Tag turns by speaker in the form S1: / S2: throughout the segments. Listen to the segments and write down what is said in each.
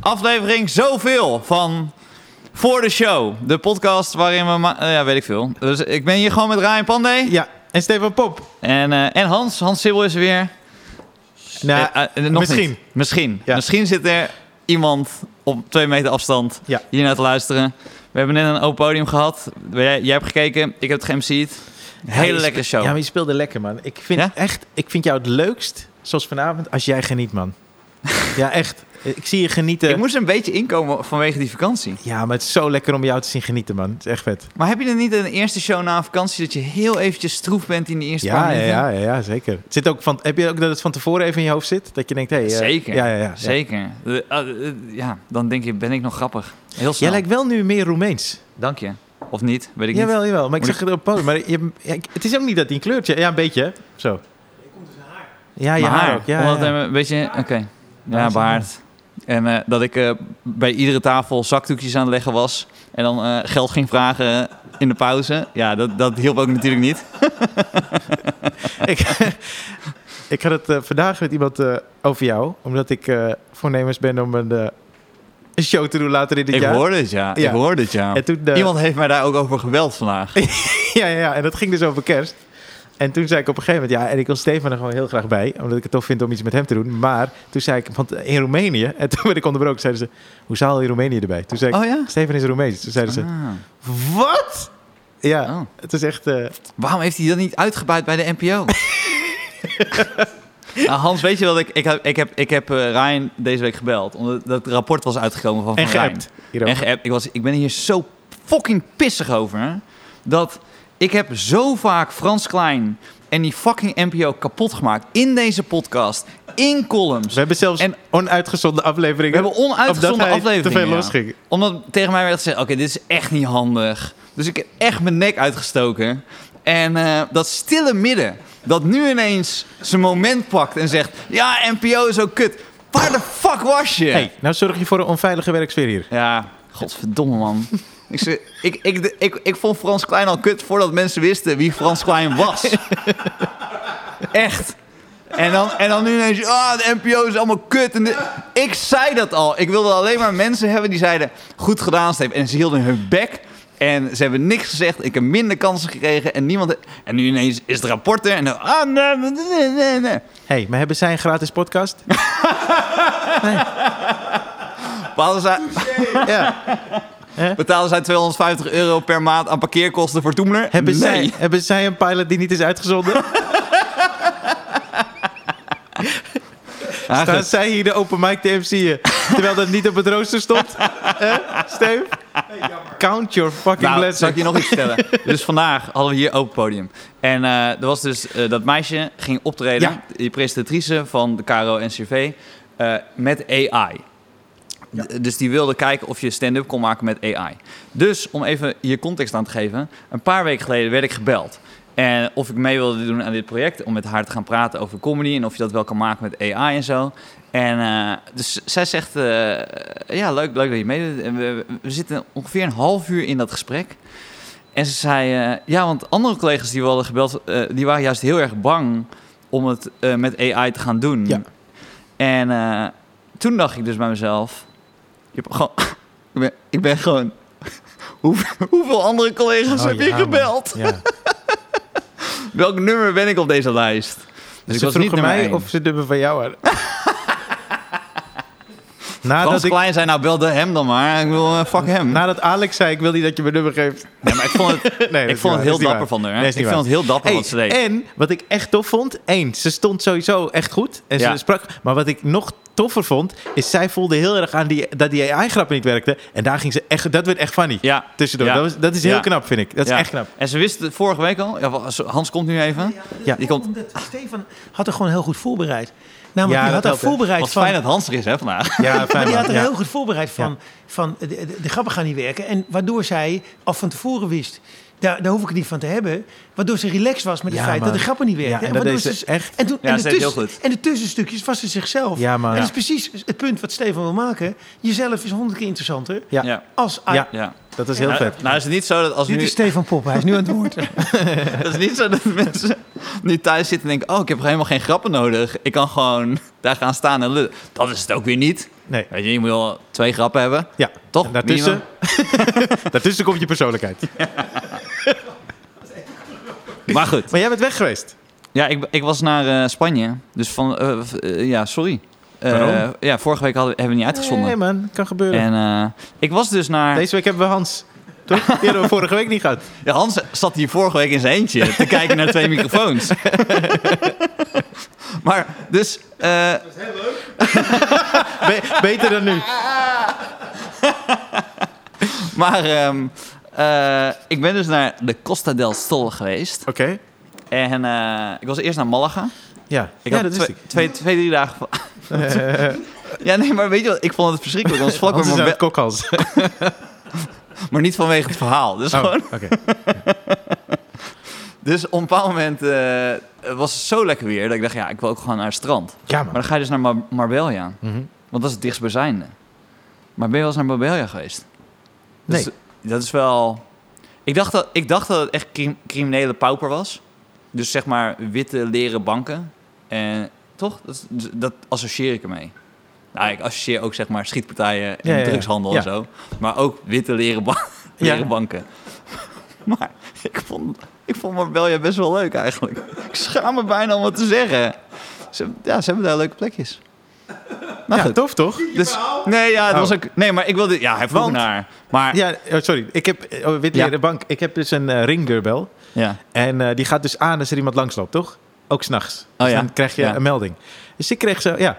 S1: aflevering zoveel van Voor de Show. De podcast waarin we... ma- eh, ja, weet ik veel. Dus ik ben hier gewoon met Ryan Pandey.
S2: Ja, en Stefan Pop.
S1: En, eh, en Hans. Hans Sibbel is er weer.
S2: Nou,
S1: Eh, eh, nog niet.
S2: misschien.
S1: Misschien.
S2: Ja.
S1: Misschien zit er iemand op twee meter afstand
S2: Ja.
S1: hier naar te luisteren. We hebben net een open podium gehad. Jij, jij hebt gekeken. Ik heb het geMC'd.
S2: Ja,
S1: Hele
S2: je
S1: lekkere
S2: spe-
S1: show.
S2: Ja, maar je speelde lekker, man. Ik vind,
S1: Ja?
S2: echt, ik vind jou het leukst, zoals vanavond, als jij geniet, man. ja, echt. Ik zie je genieten.
S1: Ik moest een beetje inkomen vanwege die vakantie.
S2: Ja, maar het is zo lekker om jou te zien genieten, man. Het is echt vet.
S1: Maar heb je dan niet een eerste show na een vakantie dat je heel eventjes stroef bent in de eerste paar
S2: Ja, ja,
S1: minuten?
S2: ja, ja, ja, zeker. Het Zit ook van, heb je ook dat het van tevoren even in je hoofd zit? Dat je denkt, hé... Hey, eh,
S1: Zeker.
S2: Ja, ja, ja.
S1: Zeker. De- ah, eh, ja, dan denk je, ben ik nog grappig? Heel
S2: Jij
S1: snel.
S2: lijkt wel nu meer Roemeens.
S1: Dank je. Of niet, weet ik niet.
S2: Jawel, jawel. Maar ik
S1: Moet
S2: zag het op podium. Maar je, ja, ik- het is ook niet dat die een kleurtje... Ja, een beetje. hè. Zo. Ja, je
S1: Mijn
S2: haar ook. Ja,
S1: Omdat
S2: ja.
S1: er een beetje... Oké.
S2: Ja,
S1: Ja, baard. En eh, dat ik eh, bij iedere tafel zakdoekjes aan het leggen was. En dan eh, geld ging vragen eh, in de pauze. Ja, dat, dat hielp ook natuurlijk niet.
S2: ik, ik had het eh, vandaag met iemand eh, over jou. Omdat ik eh, voornemens ben om een, eh, een show te doen later in dit
S1: Ik
S2: jaar.
S1: hoorde het, ja.
S2: Ja.
S1: Ik hoorde het, ja.
S2: En toen, eh,
S1: Iemand heeft mij daar ook over geweld vandaag.
S2: ja, ja, ja, en dat ging dus over kerst. En toen zei ik op een gegeven moment, ja, en ik wil Stefan er gewoon heel graag bij, omdat ik het tof vind om iets met hem te doen. Maar toen zei ik, want eh, in Roemenië, en toen werd ik onderbroken, zeiden ze, hoe zal je Roemenië erbij? Toen zei ik,
S1: Oh ja?
S2: Stefan is Roemeens. Toen zeiden ze,
S1: Ah.
S2: wat? Ja,
S1: Oh.
S2: het is echt, eh,
S1: Waarom heeft hij dat niet uitgebuit bij de NPO? nou, Hans, weet je wat? Ik, ik, heb- ik heb, ik heb eh, Ryan deze week gebeld. Omdat dat rapport was uitgekomen van
S2: en
S1: Van Rijn.
S2: geëpt. hierover.
S1: En geappt. Ik, was, ik ben hier zo fucking pissig over. hè, Dat ik heb zo vaak Frans Klein en die fucking NPO kapot gemaakt. In deze podcast. In columns.
S2: We hebben zelfs
S1: En-
S2: onuitgezonden
S1: We
S2: afleveringen.
S1: hebben onuitgezonden
S2: Omdat hij
S1: afleveringen.
S2: te veel
S1: ja.
S2: losging.
S1: Omdat tegen mij werd gezegd, oké, dit is echt niet handig. Dus ik heb echt mijn nek uitgestoken. En eh, dat stille midden, dat nu ineens zijn moment pakt en zegt... Ja, NPO is ook kut. Waar de fuck was je?
S2: Hey, nou zorg je voor een onveilige werksfeer hier.
S1: Ja, godverdomme man. ik, ze- ik, ik, ik, ik vond Frans Klein al kut voordat mensen wisten wie Frans Klein was. Echt. En dan, en dan nu ineens, ah, de NPO is allemaal kut. En dit- Ik zei dat al. Ik wilde alleen maar mensen hebben die zeiden, goed gedaan Steve. En ze hielden hun bek. En ze hebben niks gezegd. Ik heb minder kansen gekregen. En niemand... En nu ineens is het rapport er. En dan, ah, nee, nee, nee, nee, nee.
S2: hey, maar hebben zij een gratis podcast?
S1: Betaalden zij,
S2: ja.
S1: betaalden zij 250 euro per maand aan parkeerkosten voor Toemler?
S2: Hebben,
S1: nee.
S2: zij, hebben zij een pilot die niet is uitgezonden?
S1: Ah,
S2: Staan
S1: goed.
S2: zij hier de open mic te MC'en, terwijl dat niet op het rooster stond? Eh, Steve? Count your fucking
S1: Nou, zal ik
S2: blessings.
S1: je nog iets vertellen? dus vandaag hadden we hier open podium. En eh, er was dus eh, dat meisje ging optreden,
S2: Ja.
S1: die presentatrice van de KRO NCV, eh met AI. D- Dus die wilde kijken of je stand-up kon maken met AI. Dus om even hier context aan te geven, een paar weken geleden werd ik gebeld. En of ik mee wilde doen aan dit project, om met haar te gaan praten over comedy en of je dat wel kan maken met AI en zo. En eh, dus zij zegt, eh, ja leuk, leuk dat je meedoet. En we, we zitten ongeveer een half uur in dat gesprek. En ze zei, eh, ja, want andere collega's die we hadden gebeld, eh, die waren juist heel erg bang om het eh, met AI te gaan doen.
S2: Ja.
S1: En eh, toen dacht ik dus bij mezelf, je hebt gewoon, ik, ben, ik ben gewoon, hoeveel, hoeveel andere collega's
S2: Oh,
S1: heb
S2: ja,
S1: je
S2: man.
S1: gebeld?
S2: Ja.
S1: Welk nummer ben ik op deze lijst? Dus ik
S2: ze
S1: was niet
S2: vroegen
S1: nummer
S2: mij
S1: één.
S2: of ze dubbel van jou waren. nadat,
S1: Frans
S2: ik,
S1: Klein zei, nou belde hem dan maar. Ik bedoel, eh, fuck hem.
S2: nadat Alex zei, ik wil niet dat je mijn nummer geeft.
S1: Nee, maar ik vond het,
S2: Nee, dat
S1: ik
S2: is
S1: vond het heel
S2: niet waar. Dat is niet
S1: dapper
S2: waar.
S1: van haar.
S2: Nee, dat is
S1: ik
S2: niet
S1: vond
S2: waar.
S1: het heel dapper wat ze
S2: Hey,
S1: deed.
S2: En wat ik echt tof vond, één, ze stond sowieso echt goed. En
S1: Ja.
S2: ze sprak. Maar wat ik nog toffer vond, is zij voelde heel erg aan die, dat die AI-grappen niet werkten. En daar ging ze echt, dat werd echt funny.
S1: Ja.
S2: Tussendoor.
S1: Ja.
S2: Dat, was, dat is heel
S1: Ja.
S2: knap, vind ik. Dat is
S1: Ja.
S2: echt knap.
S1: En ze wist het vorige week al. Ja, wa- Hans komt nu even.
S2: Ja.
S1: Die komt,
S3: Omdat Stefan had er gewoon heel goed voorbereid. Namelijk,
S2: Ja,
S3: die
S2: dat
S3: had
S2: helpt,
S3: er
S2: hè.
S3: voorbereid
S1: wat
S3: van...
S1: fijn dat Hans er is, hè, vandaag.
S2: Ja, fijn.
S3: maar die
S2: man.
S3: had er
S2: Ja.
S3: heel goed voorbereid van, van de, de, de grappen gaan niet werken. En waardoor zij al van tevoren wist, daar, daar hoef ik het niet van te hebben. Waardoor ze relaxed was met het
S2: Ja,
S3: feit
S2: man.
S3: dat de grappen niet werken.
S2: Ja, en dat dus
S3: waardoor
S2: deed ze echt.
S3: En, toen,
S1: Ja,
S3: en,
S1: ze
S3: de
S1: deed het heel
S3: tussen-
S1: goed.
S3: en de tussenstukjes was ze zichzelf.
S2: Ja, man.
S3: En dat
S2: Ja.
S3: is precies het punt wat Stefan wil maken. Jezelf is honderd keer interessanter
S2: Ja.
S1: Ja.
S3: als AI.
S2: Ja.
S1: Ja.
S2: Dat was heel
S1: nou,
S2: vet.
S1: nou is het niet zo dat als
S3: Dit
S1: nu...
S3: is Stefan Pop, hij is nu aan het woord.
S1: Dat is niet zo dat mensen nu thuis zitten en denken... oh, ik heb helemaal geen grappen nodig. Ik kan gewoon daar gaan staan en lullen. Dat is het ook weer niet.
S2: Nee.
S1: Weet je, je moet wel twee grappen hebben.
S2: Ja,
S1: Toch?
S2: En Daartussen,
S1: Minimum.
S2: daartussen komt je persoonlijkheid.
S1: Maar goed.
S2: Maar jij bent weg geweest.
S1: Ja, ik, ik was naar eh, Spanje. Dus van... eh, v- eh, ja, sorry. Eh,
S2: Waarom?
S1: ja, vorige week hadden, hebben we niet uitgezonden.
S2: Nee man, kan gebeuren.
S1: En eh, ik was dus naar...
S2: Deze week hebben we Hans. Toch? Die hebben we vorige week niet gehad.
S1: Ja, Hans zat hier vorige week in zijn eentje te kijken naar twee microfoons. maar dus... eh,
S2: Be- beter dan nu.
S1: maar ehm, eh, ik ben dus naar de Costa del Sol geweest.
S2: Oké.
S1: En eh, ik was eerst naar Malaga.
S2: Ja,
S1: Ik
S2: ja
S1: had
S2: dat wist
S1: twee,
S2: ik.
S1: Twee, twee, drie dagen... van-
S2: Eh,
S1: ja, nee, maar weet je wat? Ik vond het verschrikkelijk. want het was
S2: Hans
S1: vlak
S2: is
S1: bij
S2: aan
S1: mijn
S2: het
S1: bed,
S2: kokhals.
S1: maar niet vanwege het verhaal. Dus,
S2: Oh,
S1: gewoon,
S2: oké.
S1: dus op een bepaald moment eh, was het zo lekker weer... dat ik dacht, ja, ik wil ook gewoon naar het strand.
S2: Ja
S1: Maar
S2: man.
S1: dan ga je dus naar Mar- Marbella.
S2: Mhm.
S1: Want dat is het dichtstbijzijnde. Maar ben je wel eens naar Marbella geweest?
S2: Nee.
S1: Dus dat is wel... Ik dacht dat, ik dacht dat het echt crim- criminele pauper was. Dus zeg maar witte leren banken. En toch, dat, dus dat associeer ik ermee. Nou, ik associeer ook zeg maar schietpartijen en
S2: Ja, ja, ja.
S1: drugshandel en
S2: Ja.
S1: zo. Maar ook witte leren, ba-
S2: Ja.
S1: leren banken. Maar ik vond, ik vond Marbella best wel leuk eigenlijk. Ik schaam me bijna om wat te zeggen. Ze, ja, ze hebben daar leuke plekjes. Nou
S2: Ja,
S1: goed.
S2: tof toch?
S1: Dus, nee, ja, dat
S2: Oh.
S1: was ook, nee, maar ik wilde... Ja, hij vroeg
S2: Want-
S1: naar. Maar ja.
S2: Ja, oh, sorry. Ik heb, eh, oh, wit
S1: Ja.
S2: leren bank. Ik heb dus een eh, ringdeurbel. En eh, die gaat dus aan als er iemand langsloopt, toch? Ook s'nachts.
S1: Oh,
S2: dus
S1: ja.
S2: dan krijg je
S1: Ja.
S2: een melding. Dus ik kreeg zo, ja,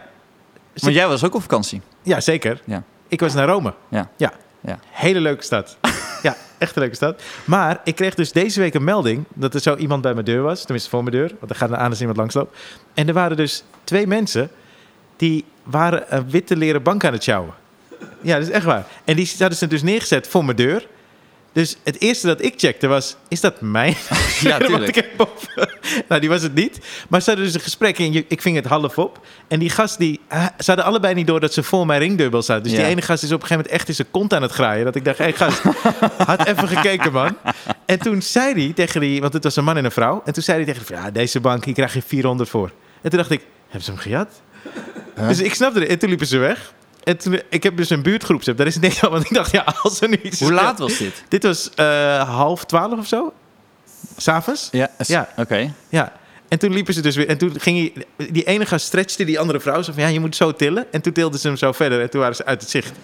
S1: Maar jij was ook op vakantie.
S2: ja zeker.
S1: Ja.
S2: Ik was naar Rome.
S1: Ja.
S2: Ja.
S1: Ja.
S2: Hele leuke stad. ja, echt een leuke stad. Maar ik kreeg dus deze week een melding dat er zo iemand bij mijn deur was. Tenminste, voor mijn deur. Want er gaat aan als iemand langsloopt. En er waren dus twee mensen die waren een witte leren bank aan het sjouwen. Ja, dat is echt waar. En die hadden ze dus neergezet voor mijn deur. Dus het eerste dat ik checkte was, is dat mijn?
S1: Ja,
S2: Want
S1: tuurlijk.
S2: ik heb boven- nou, die was het niet. Maar ze hadden dus een gesprek en je- ik ving het half op. En die gast, die, ah, ze hadden allebei niet door dat ze voor mijn ringdubbel zaten. Dus
S1: Ja.
S2: die ene gast is op een gegeven moment echt in zijn kont aan het graaien. Dat ik dacht, hé hey, gast, had even gekeken, man. En toen zei hij tegen die, want het was een man en een vrouw. En toen zei hij tegen die, ja, deze bank, hier krijg je 400 voor. En toen dacht ik, hebben ze hem gejat? Dus ik snapte het. En toen liepen ze weg. En toen, ik heb dus een buurtgroepsapp. Daar is het niks aan, want ik dacht, ja, als er nu iets
S1: Hoe
S2: is-
S1: laat was dit?
S2: Dit was eh, half twaalf of zo. S'avonds.
S1: Ja.
S2: Ja.
S1: Oké.
S2: Ja. En toen liepen ze dus weer. En toen ging hij, die ene gast stretchte die andere vrouw. Zo van, ja, je moet zo tillen. En toen tilden ze hem zo verder. En toen waren ze uit het zicht.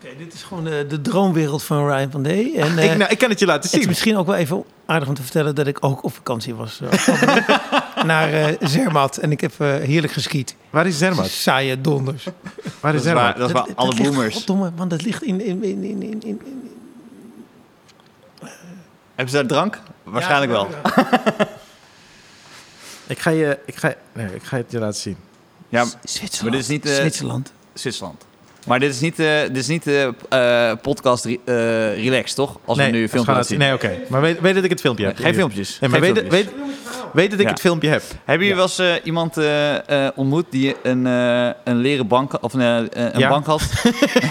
S3: Oké, dit is gewoon eh, de droomwereld van Ryan van D. En, eh,
S2: ik, nou, ik kan het je laten
S3: Het is
S2: zien.
S3: misschien ook wel even aardig om te vertellen dat ik ook op vakantie was. eh, afgelopen week naar eh, Zermatt en ik heb eh, heerlijk geskiet.
S2: Waar is Zermatt?
S3: Saaie donders.
S2: Waar is
S1: Dat is waar,
S2: Zermatt?
S1: dat is waar alle
S3: ligt-
S1: boomers.
S3: Goddomme, want dat ligt in... in, in, in, in, in- in-
S1: Hebben ze daar drank? Waarschijnlijk wel.
S2: Ik ga, je, ik, ga, nee, ik ga het je laten zien.
S1: Ja,
S3: Zwitserland.
S1: Maar dit is niet, eh,
S3: Zwitserland.
S1: Zwitserland. Maar dit is niet, eh dit is niet eh, eh, podcast re- eh, relax, toch? Als
S2: nee,
S1: we nu
S2: dat gaan
S1: filmpjes
S2: we
S1: zien.
S2: Nee, oké. Maar weet, weet dat ik het filmpje heb.
S1: Geen filmpjes.
S2: Nee, maar
S1: Geen
S2: weet,
S1: filmpjes.
S2: Weet, weet dat ik
S1: Ja.
S2: het filmpje heb.
S1: Hebben jullie
S2: Ja.
S1: wel eens eh, iemand eh, eh, ontmoet die een, eh, een leren bank of een, eh, een
S2: Ja.
S1: bank had? Oké,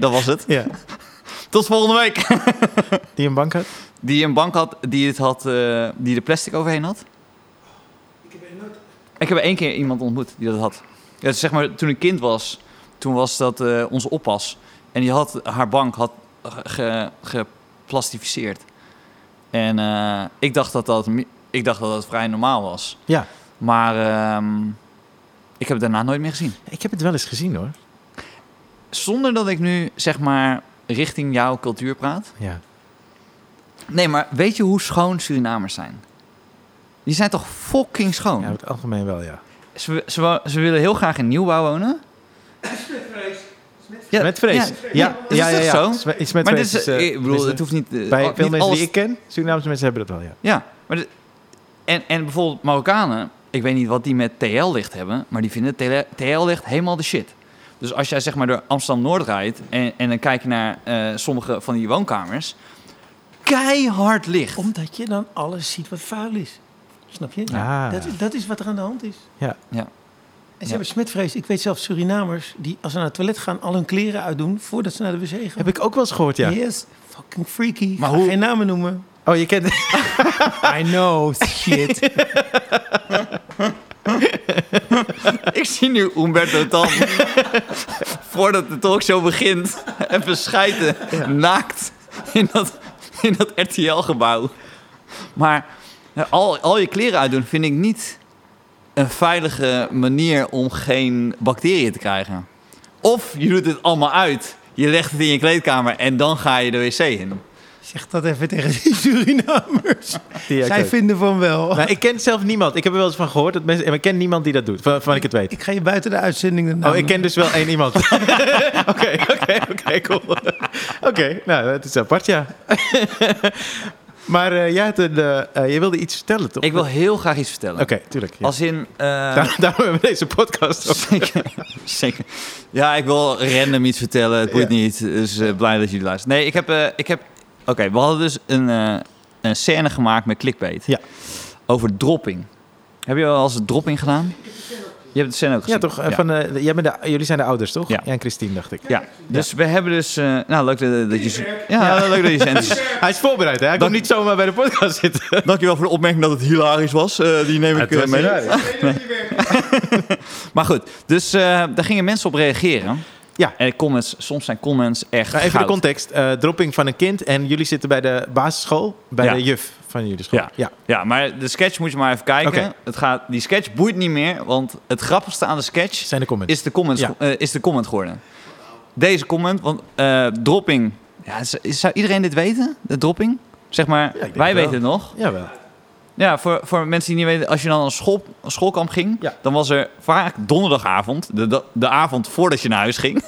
S1: dat was het.
S2: Ja.
S1: Tot volgende week.
S2: Die een bank had.
S1: Die een bank had die het had, eh, die de plastic overheen had. Ik heb één keer iemand ontmoet die dat had. Ja, dus zeg maar, toen ik kind was, toen was dat eh, onze oppas. En die had haar bank had ge- geplastificeerd. En eh, ik, dacht dat dat, mi- ik dacht dat dat vrij normaal was.
S2: Ja.
S1: Maar ehm, ik heb het daarna nooit meer gezien.
S2: Ik heb het wel eens gezien hoor.
S1: Zonder dat ik nu, zeg maar, richting jouw cultuur praat.
S2: Ja.
S1: Nee, maar weet je hoe schoon Surinamers zijn? Die zijn toch fucking schoon?
S2: ja over het algemeen wel, ja.
S1: Ze, ze, wa- ze willen heel graag in nieuwbouw wonen. Ja,
S2: met vrees.
S1: ja.
S2: Ja, ja,
S1: dat is
S2: ja.
S1: toch
S2: ja.
S1: zo?
S2: Sme- Iets met
S1: maar dit
S2: vrees.
S1: is,
S2: is, eh,
S1: ik bedoel,
S2: tenminste,
S1: het hoeft niet... eh,
S2: bij
S1: al-
S2: veel
S1: niet
S2: mensen
S1: alles-
S2: die ik ken, Surinaamse mensen hebben dat wel, ja.
S1: Ja, maar dit- en, en bijvoorbeeld Marokkanen, ik weet niet wat die met TL-licht hebben, maar die vinden TL TL-licht helemaal de shit. Dus als jij zeg maar door Amsterdam-Noord rijdt en, en dan kijk je naar eh, sommige van die woonkamers, keihard licht.
S3: Omdat je dan alles ziet wat vuil is. Snap je?
S2: Ah.
S3: Dat, dat is wat er aan de hand is.
S2: Ja.
S1: Ja.
S3: En ze
S1: Ja.
S3: hebben smetvrees. Ik weet zelf Surinamers die als ze naar het toilet gaan al hun kleren uitdoen voordat ze naar de wc gaan.
S2: Heb ik ook wel eens gehoord, ja.
S3: Yes, fucking freaky.
S1: Maar
S3: Maar
S1: hoe-
S3: Geen namen noemen.
S2: Oh, je kent...
S3: I know, shit.
S1: Ik zie nu Umberto Tan voordat de talkshow begint en verschijten naakt in dat, in dat RTL-gebouw. Maar eh, al, al je kleren uitdoen vind ik niet een veilige manier om geen bacteriën te krijgen. Of je doet het allemaal uit, je legt het in je kleedkamer en dan ga je de wc in.
S3: zeg dat even tegen die Surinamers.
S2: Die ik
S3: Zij
S2: ook.
S3: vinden van wel.
S2: Nou, ik ken zelf niemand. Ik heb er wel eens van gehoord. Dat mensen, maar ik ken niemand die dat doet, van, van ik het weet.
S3: ik ga je buiten de uitzending de namen.
S2: Oh, ik ken dus wel één iemand. Oké, oké, oké, cool. Oké, nou, het is apart, ja. maar eh, jij had een, eh, eh, je wilde iets vertellen, toch?
S1: Ik wil heel graag iets
S2: Oké,
S1: vertellen.
S2: tuurlijk. ja.
S1: Als in... eh,
S2: Daar, daarom hebben we deze podcast ook.
S1: Zeker, zeker. Ja, ik wil random iets vertellen. Het boeit
S2: Ja.
S1: niet. Dus eh, blij dat jullie luisteren. Nee, ik heb... eh, ik heb Oké, we hadden dus een, eh, een scène gemaakt met Clickbait.
S2: Ja.
S1: Over dropping. Heb je wel eens dropping gedaan? Je hebt de scène ook gezien.
S2: Ja, toch? eh, Van, eh, jij bent de, jullie zijn de ouders, toch?
S1: Ja.
S2: Ja. en Christine, dacht ik.
S1: Ja, dus we hebben dus... eh, nou, leuk dat, dat je... Ja, leuk dat je zendt.
S2: Hij is voorbereid, hè? Hij
S1: Dat-
S2: komt niet zomaar bij de podcast zitten.
S1: Dankjewel voor de opmerking dat het hilarisch was. Eh, die neem ik eh, mee. Maar goed, dus eh, daar gingen mensen op reageren.
S2: Ja.
S1: En comments, soms zijn comments echt
S2: Maar even
S1: goud.
S2: de context. eh, dropping van een kind en jullie zitten bij de basisschool, bij
S1: Ja.
S2: de juf van jullie school.
S1: Ja. Ja, maar de sketch moet je maar even kijken.
S2: Oké.
S1: Het gaat, die sketch boeit niet meer, want het grappigste aan de sketch
S2: Zijn de comments.
S1: is de, comments,
S2: Ja.
S1: eh, is de comment geworden. Deze comment, want eh, dropping. Ja, z- zou iedereen dit weten? De dropping? Zeg maar,
S2: ik denk
S1: wij
S2: het wel.
S1: weten het nog.
S2: Jawel.
S1: Ja, voor, voor mensen die niet weten, als je dan naar een, school, een schoolkamp ging,
S2: Ja.
S1: dan was er vaak donderdagavond, de, de, de avond voordat je naar huis ging,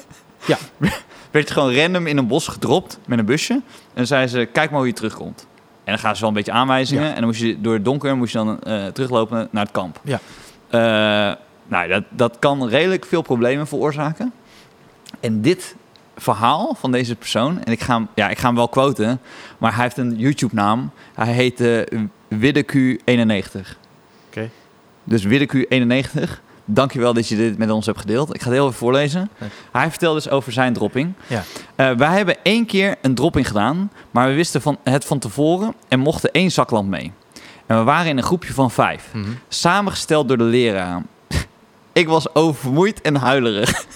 S2: Ja.
S1: werd je gewoon random in een bos gedropt met een busje. En dan zeiden ze, kijk maar hoe je terugkomt. En dan gaan ze wel een beetje aanwijzingen. En dan moest je door het donker moest je dan eh, teruglopen naar het kamp.
S2: Ja.
S1: Eh, nou, dat, dat kan redelijk veel problemen veroorzaken. En dit verhaal van deze persoon, en ik ga hem, ja, ik ga hem wel quoten, maar hij heeft een YouTube-naam. Hij heet eh, Widdeq91.
S2: Oké.
S1: Dus Widdeq91, dankjewel dat je dit met ons hebt gedeeld. Ik ga het heel even voorlezen.
S2: Dank.
S1: Hij vertelde dus over zijn dropping.
S2: Ja.
S1: Eh, wij hebben één keer een dropping gedaan, maar we wisten van, het van tevoren en mochten één zaklamp mee. En we waren in een groepje van vijf,
S2: Mhm.
S1: samengesteld door de leraar. ik was oververmoeid en huilerig.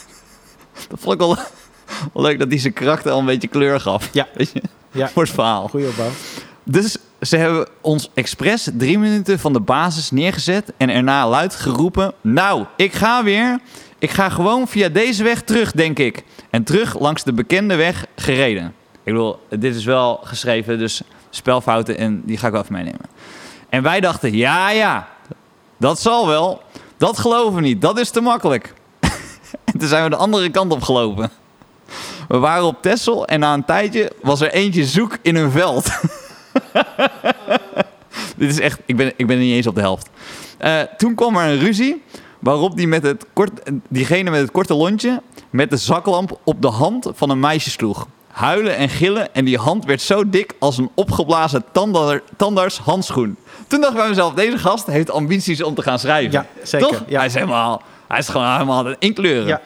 S1: dat vond ik wel, wel leuk dat hij zijn karakter al een beetje kleur gaf.
S2: Ja.
S1: Weet je?
S2: Ja.
S1: Voor het verhaal.
S2: Goeie opbouw.
S1: Dus ze hebben ons expres drie minuten van de basis neergezet en erna luid geroepen: Nou, ik ga weer. Ik ga gewoon via deze weg terug, denk ik. En terug langs de bekende weg gereden. Ik bedoel, dit is wel geschreven, dus spelfouten en die ga ik wel even meenemen. En wij dachten: Ja, ja, dat zal wel. Dat geloven we niet, dat is te makkelijk. en toen zijn we de andere kant op gelopen. We waren op Texel en na een tijdje was er eentje zoek in een veld. Dit is echt, ik ben, ik ben niet eens op de helft. Eh, toen kwam er een ruzie waarop die met het kort, diegene met het korte lontje met de zaklamp op de hand van een meisje sloeg. Huilen en gillen en die hand werd zo dik als een opgeblazen tandar, tandarts handschoen. Toen dacht ik bij mezelf, deze gast heeft ambities om te gaan schrijven.
S2: Ja, zeker.
S1: Toch?
S2: Ja.
S1: Hij is helemaal, hij is gewoon helemaal aan het inkleuren.
S2: Ja.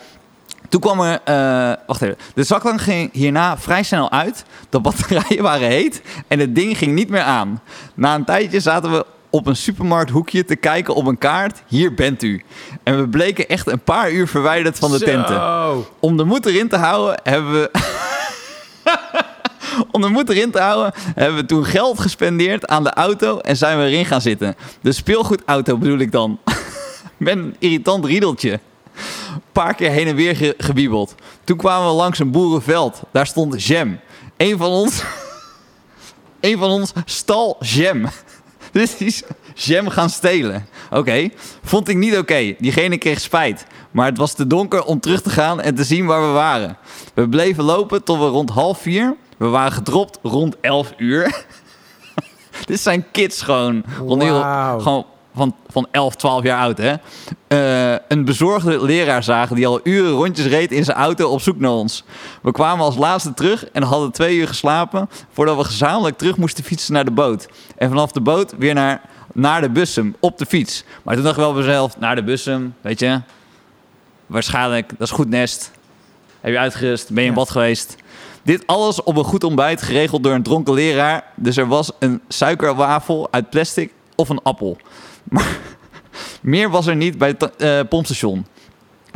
S1: Toen kwam er... eh, wacht even. De zaklamp ging hierna vrij snel uit. De batterijen waren heet en het ding ging niet meer aan. Na een tijdje zaten we op een supermarkthoekje te kijken op een kaart. Hier bent u. En we bleken echt een paar uur verwijderd van de tenten.
S2: Zo.
S1: Om de moed erin te houden hebben we... Om de moed erin te houden hebben we toen geld gespendeerd aan de auto en zijn we erin gaan zitten. De speelgoedauto bedoel ik dan. Met een irritant riedeltje. Een paar keer heen en weer ge- gewiebeld. Toen kwamen we langs een boerenveld. Daar stond Jam. Een van ons... een van ons stal Jam. Dus die is Jam gaan stelen. Oké. Vond ik niet oké. Diegene kreeg spijt. Maar het was te donker om terug te gaan en te zien waar we waren. We bleven lopen tot we rond half vier... We waren gedropt rond elf uur. Dit zijn kids gewoon. Rond heel-
S2: Wauw.
S1: gewoon van, van 11, 12 jaar oud, hè? Eh, een bezorgde leraar zagen die al uren rondjes reed in zijn auto op zoek naar ons. We kwamen als laatste terug en hadden twee uur geslapen voordat we gezamenlijk terug moesten fietsen naar de boot. En vanaf de boot weer naar, naar de bussum op de fiets. Maar toen dacht ik wel bij mezelf, naar de bussum, weet je, Waarschijnlijk, dat is goed nest. Heb je uitgerust? Ben je in
S3: Ja.
S1: bad geweest? Dit alles op een goed ontbijt, geregeld door een dronken leraar. Dus er was een suikerwafel uit plastic of een appel. Maar meer was er niet bij het eh, pompstation.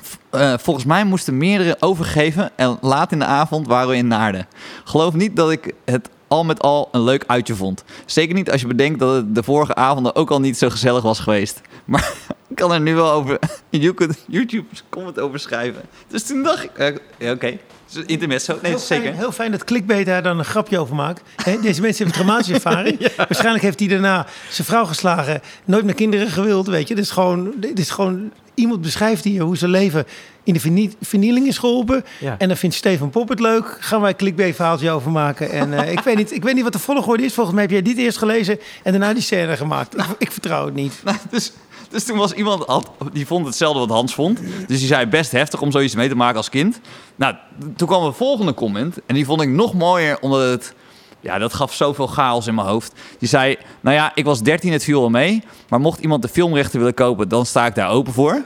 S1: V- eh, volgens mij moesten meerdere overgeven en laat in de avond waren we in Naarden. Geloof niet dat ik het al met al een leuk uitje vond. Zeker niet als je bedenkt dat het de vorige avonden ook al niet zo gezellig was geweest. Maar ik kan er nu wel over YouTube- YouTube comment over schrijven. Dus toen dacht ik, eh, ja, oké, Dus een intermezzo. Nee,
S3: heel,
S1: zeker.
S3: Fijn, heel fijn dat Clickbait daar dan een grapje over maakt. Hè, deze mensen hebben traumatische ervaring. Waarschijnlijk heeft hij daarna zijn vrouw geslagen. Nooit meer kinderen gewild, weet je. Dit is gewoon... Dit is gewoon Iemand beschrijft hier hoe zijn leven in de vernie- vernieling is geholpen.
S2: Ja.
S3: En dan vindt Steven Pop het leuk. Gaan wij een clickbait-verhaaltje over maken. En eh, ik, weet niet, ik weet niet wat de volgorde is. Volgens mij heb jij dit eerst gelezen en daarna die scène gemaakt. Ik, ik vertrouw het niet.
S1: Nou, dus, dus toen was iemand had, die vond hetzelfde wat Hans vond. Dus die zei best heftig om zoiets mee te maken als kind. Nou, t- toen kwam een volgende comment. En die vond ik nog mooier, omdat het. Ja, dat gaf zoveel chaos in mijn hoofd. Die zei: Nou ja, ik was 13, het viel al mee. Maar mocht iemand de filmrechten willen kopen, dan sta ik daar open voor.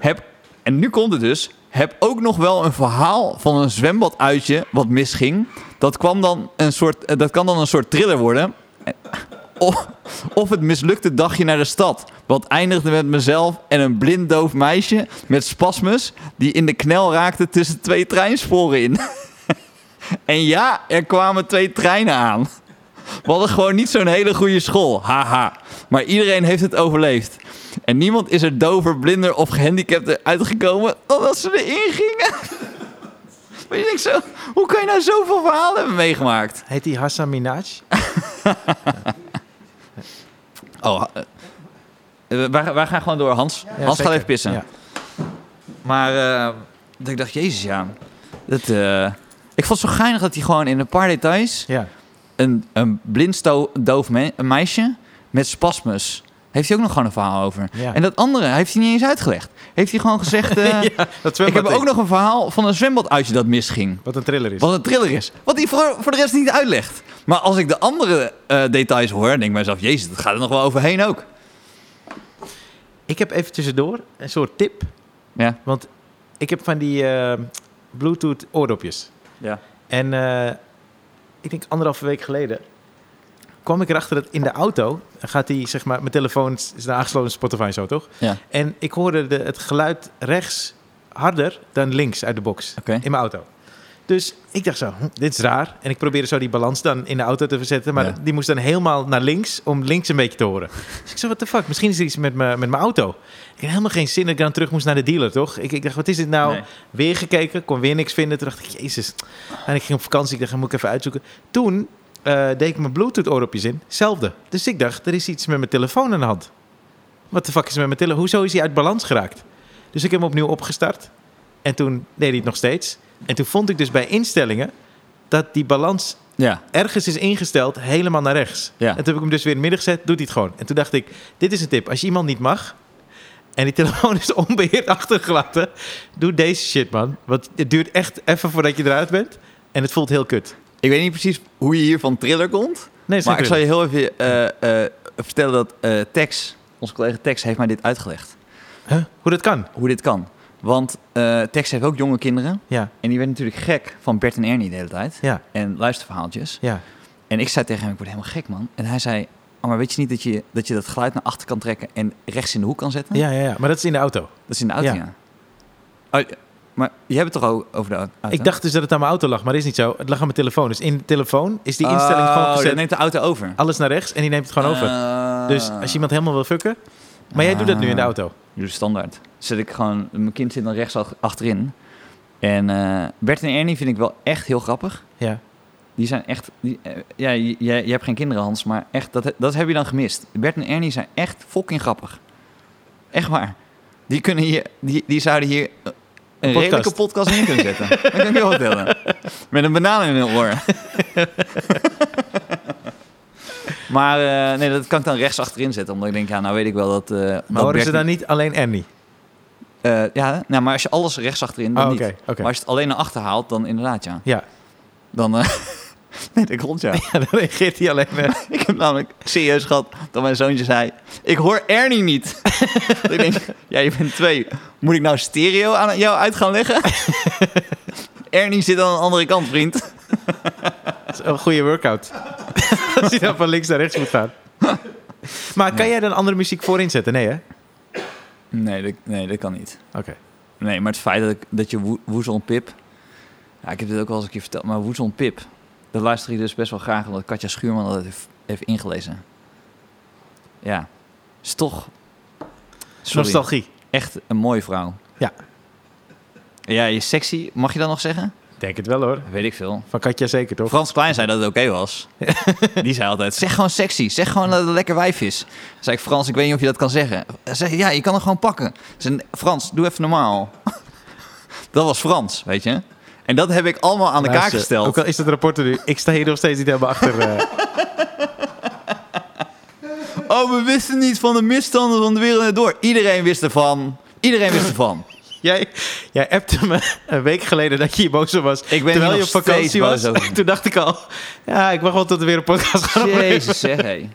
S1: Heb, en nu komt het dus. Heb ook nog wel een verhaal van een zwembaduitje wat misging. Dat, kwam dan een soort, eh, dat kan dan een soort thriller worden. Of, of het mislukte dagje naar de stad. Wat eindigde met mezelf en een blind doof meisje met spasmus... die in de knel raakte tussen twee treinsporen in. en ja, er kwamen twee treinen aan. We hadden gewoon niet zo'n hele goede school, haha. Maar iedereen heeft het overleefd. En niemand is er dover, blinder of gehandicapter uitgekomen... dan dat ze erin gingen. Maar je denkt zo, hoe kan je nou zoveel verhalen hebben meegemaakt?
S2: Heet die Hassan Minaj?
S1: Oh, eh, eh, wij, wij gaan gewoon door, Hans.
S2: Ja,
S1: Hans
S2: zeker.
S1: gaat even pissen.
S2: Ja.
S1: Maar eh, dat ik dacht, jezus ja. Dat, eh, ik vond het zo geinig dat hij gewoon in een paar details...
S2: ja.
S1: een, een blind sto- doof me- een meisje met spasmus... heeft hij ook nog gewoon een verhaal over.
S2: Ja.
S1: En dat andere heeft hij niet eens uitgelegd. Heeft hij gewoon gezegd... eh,
S2: Dat
S1: ik heb
S2: zwembad
S1: ook
S2: is.
S1: nog een verhaal van een zwembaduitje dat misging.
S2: Wat een thriller is.
S1: Wat een thriller is. Wat hij voor, voor de rest niet uitlegt. Maar als ik de andere eh, details hoor, denk ik bij mezelf... Jezus, dat gaat er nog wel overheen ook.
S2: Ik heb even tussendoor een soort tip.
S1: Ja.
S2: Want ik heb van die eh, Bluetooth oordopjes.
S1: Ja.
S2: En eh, ik denk anderhalve week geleden kwam ik erachter dat in de auto gaat die, zeg maar, mijn telefoon is is nou aangesloten op Spotify zo, toch?
S1: Ja.
S2: En ik hoorde de, het geluid rechts harder dan links uit de box
S1: Oké.
S2: in mijn auto. Dus ik dacht zo, hm, dit is raar. En ik probeerde zo die balans dan in de auto te verzetten. Maar
S1: Ja.
S2: die moest dan helemaal naar links om links een beetje te horen. Dus ik zei, what the fuck, misschien is er iets met mijn met mijn auto. Ik had helemaal geen zin dat ik dan terug moest naar de dealer, toch? Ik, ik dacht, wat is dit nou?
S1: Nee.
S2: Weer gekeken, kon weer niks vinden. Toen dacht ik, jezus. En ik ging op vakantie, ik dacht, dat moet ik even uitzoeken. Toen eh, deed ik mijn Bluetooth-oordopjes in, hetzelfde. Dus ik dacht, er is iets met mijn telefoon aan de hand. Wat de fuck is er met mijn telefoon? Hoezo is hij uit balans geraakt? Dus ik heb hem opnieuw opgestart. En toen deed hij het nog steeds. En toen vond ik dus bij instellingen dat die balans
S1: Ja.
S2: ergens is ingesteld helemaal naar rechts.
S1: Ja.
S2: En toen heb ik hem dus weer in het midden gezet, doet hij het gewoon. En toen dacht ik, dit is een tip. Als je iemand niet mag en die telefoon is onbeheerd achtergelaten, doe deze shit, man. Want het duurt echt even voordat je eruit bent. En het voelt heel kut.
S1: Ik weet niet precies hoe je hier van thriller komt.
S2: Nee,
S1: Maar ik zal
S2: je...
S1: je heel even eh, eh, vertellen dat eh, Tex, onze collega Tex, heeft mij dit uitgelegd.
S2: Hoe dat kan?
S1: Hoe dit kan. Want eh, Tex heeft ook jonge kinderen.
S2: Ja,
S1: En die werd natuurlijk gek van Bert en Ernie de hele tijd.
S2: ja,
S1: En luisterverhaaltjes.
S2: ja.
S1: En ik zei tegen hem, ik word helemaal gek man. En hij zei, oh, maar weet je niet dat je, dat je dat geluid naar achter kan trekken en rechts in de hoek kan zetten?
S2: Ja, ja, ja. Maar dat is in de auto.
S1: Dat is in de auto,
S2: Ja.
S1: ja. Oh, maar je hebt het toch ook over de au- auto?
S2: Ik dacht dus dat het aan mijn auto lag, maar dat is niet zo. Het lag aan mijn telefoon. Dus in de telefoon is die instelling
S1: Oh,
S2: gewoon gezet.
S1: dan neemt de auto over.
S2: Alles naar rechts en die neemt het gewoon over.
S1: Ah.
S2: Dus als je iemand helemaal wil fucken... Maar jij doet dat nu in de
S1: Ah.
S2: auto.
S1: Dus standaard. Zet ik gewoon, mijn kind zit dan rechts ach- achterin. En eh, Bert en Ernie vind ik wel echt heel grappig.
S2: Ja.
S1: Die zijn echt, die, eh, ja, j- jij jij hebt geen kinderen Hans, maar echt, dat, he- dat heb je dan gemist. Bert en Ernie zijn echt fucking grappig. Echt waar. Die, kunnen hier, die, die zouden hier eh, een redelijke podcast in kunnen zetten. dat kan ik je wel vertellen. Met een banaan in hun oor. maar eh, nee, dat kan ik dan rechts achterin zetten. Omdat ik denk, ja, nou weet ik wel dat... eh
S2: Maar
S1: dat
S2: horen ze
S1: Bert-
S2: dan niet alleen Annie?
S1: eh, ja, nou, maar als je alles rechts achterin, dan
S2: Ah, oké.
S1: niet.
S2: oké.
S1: Maar als je het alleen naar achter haalt, dan inderdaad, ja.
S2: Ja.
S1: Dan, eh, Nee, dat klopt ja.
S2: Ja, dan reageert hij alleen maar.
S1: Ik heb namelijk serieus gehad dat mijn zoontje zei... Ik hoor Ernie niet. Dat ik denk, ja, je bent twee. Moet ik nou stereo aan jou uit gaan leggen? Ernie zit aan de andere kant, vriend.
S2: Dat is een goede workout. Als hij dan van links naar rechts moet gaan. Maar kan jij dan andere muziek voor inzetten? Nee, hè? Oké.
S1: Nee, dat, nee, dat kan niet. Nee, maar het feit dat, ik, dat je woe- Woezel en Pip... Ja, ik heb dit ook wel eens een keer verteld, maar Woezel en Pip... Dat luister ik dus best wel graag, omdat Katja Schuurman dat heeft, heeft ingelezen. Ja, is toch... Sorry.
S2: Nostalgie.
S1: Echt een mooie vrouw.
S2: Ja.
S1: Ja, je is sexy, mag je dat nog zeggen?
S2: Denk het wel hoor.
S1: Weet ik veel.
S2: Van Katja zeker, toch?
S1: Frans Klein zei dat het oké was. Die zei altijd, zeg gewoon sexy. Zeg gewoon dat het een lekker wijf is. Zei ik, Frans, ik weet niet of je dat kan zeggen. Hij Zei, ja, je kan het gewoon pakken. Zei, Frans, doe even normaal. Dat was Frans, weet je. En dat heb ik allemaal aan de kaak
S2: Luister,
S1: gesteld.
S2: Ook al is dat rapport er nu. Ik sta hier nog steeds niet helemaal achter. eh.
S1: Oh, we wisten niet van de misstanden van de wereld door. Iedereen wist ervan. Iedereen wist ervan.
S2: jij, jij appte me een week geleden dat je hier boos op was.
S1: Ik ben
S2: terwijl
S1: hier
S2: je op
S1: nog steeds
S2: vakantie
S1: boos
S2: was.
S1: over.
S2: Toen dacht ik al, ja, ik wacht wel tot er weer een podcast gaat opnemen.
S1: Jezus, zeg, hé.
S2: Ja.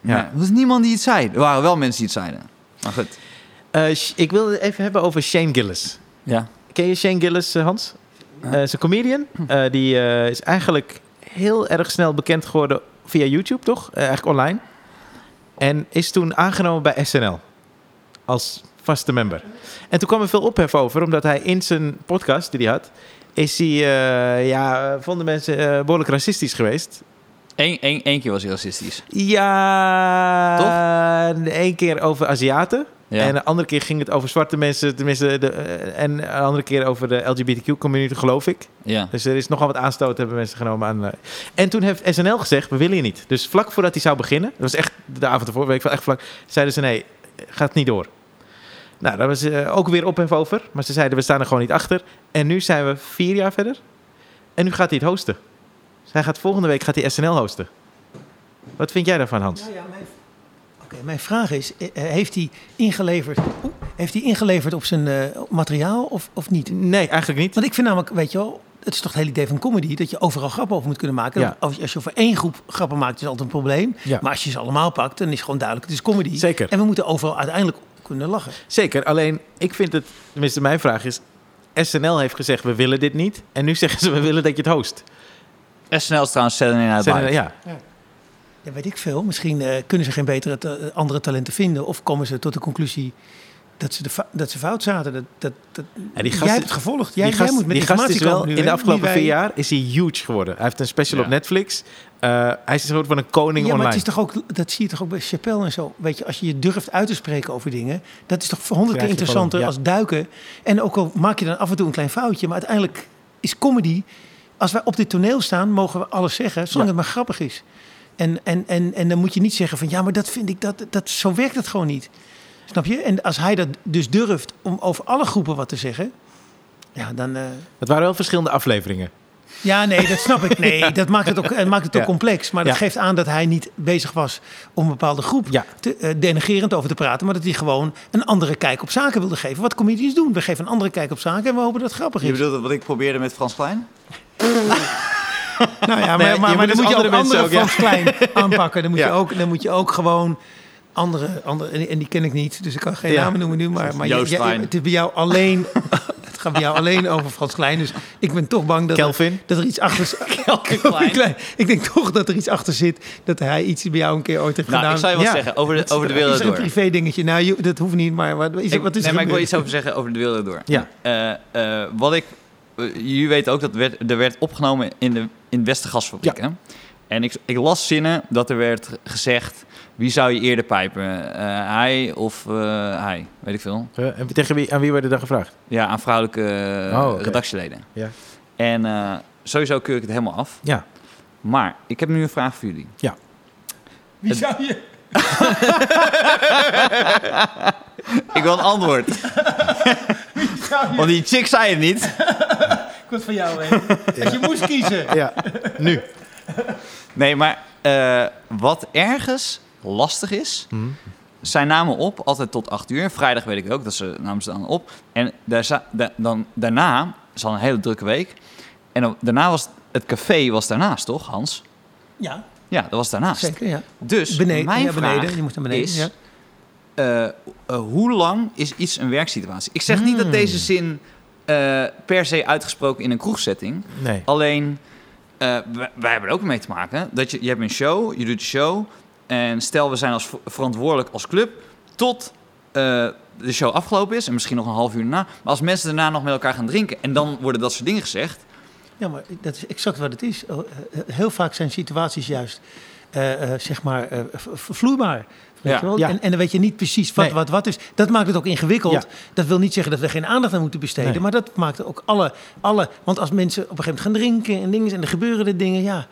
S1: Ja. er was niemand die het zei. Er waren wel mensen die het zeiden. Maar goed.
S2: Eh, Sh- ik wil het even hebben over Shane Gillis.
S1: Ja.
S2: Ken je Shane Gillis, eh, Hans? Eh, Hij is een comedian. Eh, die eh, is eigenlijk heel erg snel bekend geworden via YouTube, toch? Eh, eigenlijk online. En is toen aangenomen bij SNL. Als vaste member. En toen kwam er veel ophef over, omdat hij in zijn podcast die hij had... is hij, eh, ja, vonden mensen eh, behoorlijk racistisch geweest.
S1: Eén één- één keer was hij racistisch.
S2: Ja, één keer over Aziaten.
S1: Ja.
S2: En de andere keer ging het over zwarte mensen, tenminste, de, eh, en een andere keer over de LGBTQ-community, geloof ik.
S1: ja.
S2: Dus er is nogal wat aanstoot hebben mensen genomen aan. eh. En toen heeft SNL gezegd: we willen je niet. Dus vlak voordat hij zou beginnen, dat was echt de avond ervoor, weet ik wel, echt vlak, zeiden ze: nee, gaat niet door. Nou, daar was eh, ook weer ophef over, maar ze zeiden: we staan er gewoon niet achter. En nu zijn we vier jaar verder. En nu gaat hij het hosten. Dus hij gaat volgende week gaat hij SNL hosten. Wat vind jij daarvan, Hans?
S3: Nou ja, mijn, Oké, mijn vraag is, eh, eh, heeft hij ingeleverd, Oeh, heeft hij ingeleverd op zijn eh, materiaal of, of niet?
S2: Nee, eigenlijk niet.
S3: Want ik vind namelijk, weet je wel, het is toch het hele idee van comedy... dat je overal grappen over moet kunnen maken.
S2: Ja.
S3: Als, je- als je over één groep grappen maakt, is altijd een probleem.
S2: Ja.
S3: Maar als je ze allemaal pakt, dan is het gewoon duidelijk, het is comedy.
S2: Zeker.
S3: En we moeten overal uiteindelijk kunnen lachen.
S2: Zeker, alleen ik vind het, tenminste mijn vraag is... SNL heeft gezegd, we willen dit niet. En nu zeggen ze, we willen dat je het host.
S1: SNL is trouwens Saturday Night
S2: Zijn
S1: Live.
S2: er- ja.
S3: Ja, weet ik veel. Misschien eh, kunnen ze geen betere ta- eh, andere talenten vinden... of komen ze tot de conclusie dat ze, de fa- dat ze fout zaten. Dat, dat, dat,
S2: En die gast-
S3: jij hebt het gevolgd. Jij,
S2: die gast,
S3: jij moet met
S2: die gast
S3: informatie
S2: is wel,
S3: komen nu,
S2: in
S3: hè,
S2: de afgelopen
S3: die wij-
S2: vier jaar is hij huge geworden. Hij heeft een special
S1: Ja.
S2: op Netflix. Eh, hij is een soort van een koning
S3: Ja, maar
S2: online.
S3: het is toch ook, dat zie je toch ook bij Chappelle en zo. Weet je, als je je durft uit te spreken over dingen, dat is toch voor honderd keer
S2: Krijg je
S3: interessanter
S2: gewoon,
S3: als duiken. En ook al maak je dan af en toe een klein foutje, maar uiteindelijk is comedy. Als wij op dit toneel staan, mogen we alles zeggen, zolang het maar grappig is. En, en, en, en dan moet je niet zeggen van ja, maar dat vind ik, dat, dat, zo werkt het gewoon niet. Snap je? En als hij dat dus durft om over alle groepen wat te zeggen, ja, dan. eh,
S2: Het waren wel verschillende afleveringen.
S3: ja, nee, dat snap ik. Nee, dat maakt het ook, eh, maakt het ook
S2: Ja.
S3: complex. Maar dat
S2: Ja.
S3: geeft aan dat hij niet bezig was om een bepaalde groep
S2: Ja.
S3: te, eh, denigerend over te praten. Maar dat hij gewoon een andere kijk op zaken wilde geven. Wat comedians doen. We geven een andere kijk op zaken en we hopen dat het grappig
S1: Je
S3: is.
S1: bedoelt wat ik probeerde met Frans Klein?
S3: Nou ja,
S1: Ah,
S3: maar,
S2: Nee,
S3: maar,
S2: je
S3: maar
S2: moet
S3: dan
S2: dus
S3: moet je ook
S2: andere mensen
S3: andere
S2: ook,
S3: Frans Klein aanpakken. Dan moet,
S2: Ja.
S3: je ook, dan moet je ook gewoon andere... andere en, die- en die ken ik niet, dus ik kan geen
S2: Ja.
S3: namen noemen nu. Maar, maar je-
S1: Joost
S3: je-
S1: Klein.
S3: het, is bij jou alleen, het gaat bij jou alleen over Frans Klein. Dus ik ben toch bang dat... er-
S2: Kelvin.
S3: dat er iets achter zit. Klein. Ik denk toch dat er iets achter zit. Dat hij iets bij jou een keer ooit heeft
S1: Nou,
S3: gedaan.
S1: ik zou je wat
S2: ja.
S1: zeggen over de, over de
S3: is
S1: wereld
S3: er een
S1: door.
S3: privé dingetje? Nou, je- dat hoeft niet, maar wat is, er-
S1: Ik-
S3: wat is
S1: nee,
S3: er
S1: maar ik wil
S3: gebeurd?
S1: iets over zeggen over de wereld door.
S2: Ja.
S1: Eh, eh, wat ik... eh, jullie weten ook dat werd, er werd opgenomen in de in Westergasfabriek, hè? En ik, ik las zinnen dat er werd gezegd... Wie zou je eerder pijpen? Eh, hij of eh, hij? Weet ik veel.
S2: Eh, en tegen wie, aan wie werd er dan gevraagd?
S1: Ja, aan vrouwelijke eh,
S2: Oh, oké.
S1: redactieleden.
S2: Ja.
S1: En eh, sowieso keur ik het helemaal af.
S2: Ja.
S1: Maar ik heb nu een vraag voor jullie.
S3: Wie zou je...
S1: Ik wil een antwoord. Want die chick zei het niet.
S3: Ik wil het van jou weten. Als je moest kiezen.
S2: Ja, nu.
S1: Nee, maar eh, wat ergens lastig is...
S2: Mhm.
S3: Hmm.
S1: Zij namen op, altijd tot 8 uur. Vrijdag weet ik ook, dat ze namen ze dan op. En daar za- da- dan, daarna, het was al een hele drukke week. En dan, daarna was het het café was daarnaast, toch, Hans?
S3: Ja,
S1: Ja, dat was daarnaast.
S3: zeker. Ja.
S1: Dus
S3: Beneden,
S1: mijn
S3: ja,
S1: vraag
S3: beneden. Je moest naar beneden.
S1: is...
S3: ja.
S1: eh, eh, hoe lang is iets een werksituatie? Ik zeg niet dat
S2: Hmm.
S1: deze zin eh, per se uitgesproken in een kroegsetting.
S2: Nee.
S1: Alleen, eh, wij, wij hebben er ook mee te maken. Dat je, je hebt een show, je doet een show. En stel, we zijn als ver- verantwoordelijk als club tot eh, de show afgelopen is. En misschien nog een half uur na. Maar als mensen daarna nog met elkaar gaan drinken en dan worden dat soort dingen gezegd.
S3: Ja, maar dat is exact wat het is. Eh, eh, Heel vaak zijn situaties juist, eh, eh, zeg maar, eh, v- vloeibaar. Weet
S1: Ja.
S3: je wel?
S2: Ja.
S3: En, en dan weet je niet precies wat
S2: Nee.
S3: wat wat is. Dat maakt het ook ingewikkeld.
S2: Ja.
S3: Dat wil niet zeggen dat we geen aandacht aan moeten besteden.
S2: Nee.
S3: Maar dat maakt ook alle, alle... Want als mensen op een gegeven moment gaan drinken en dingen... en er gebeuren er dingen, ja.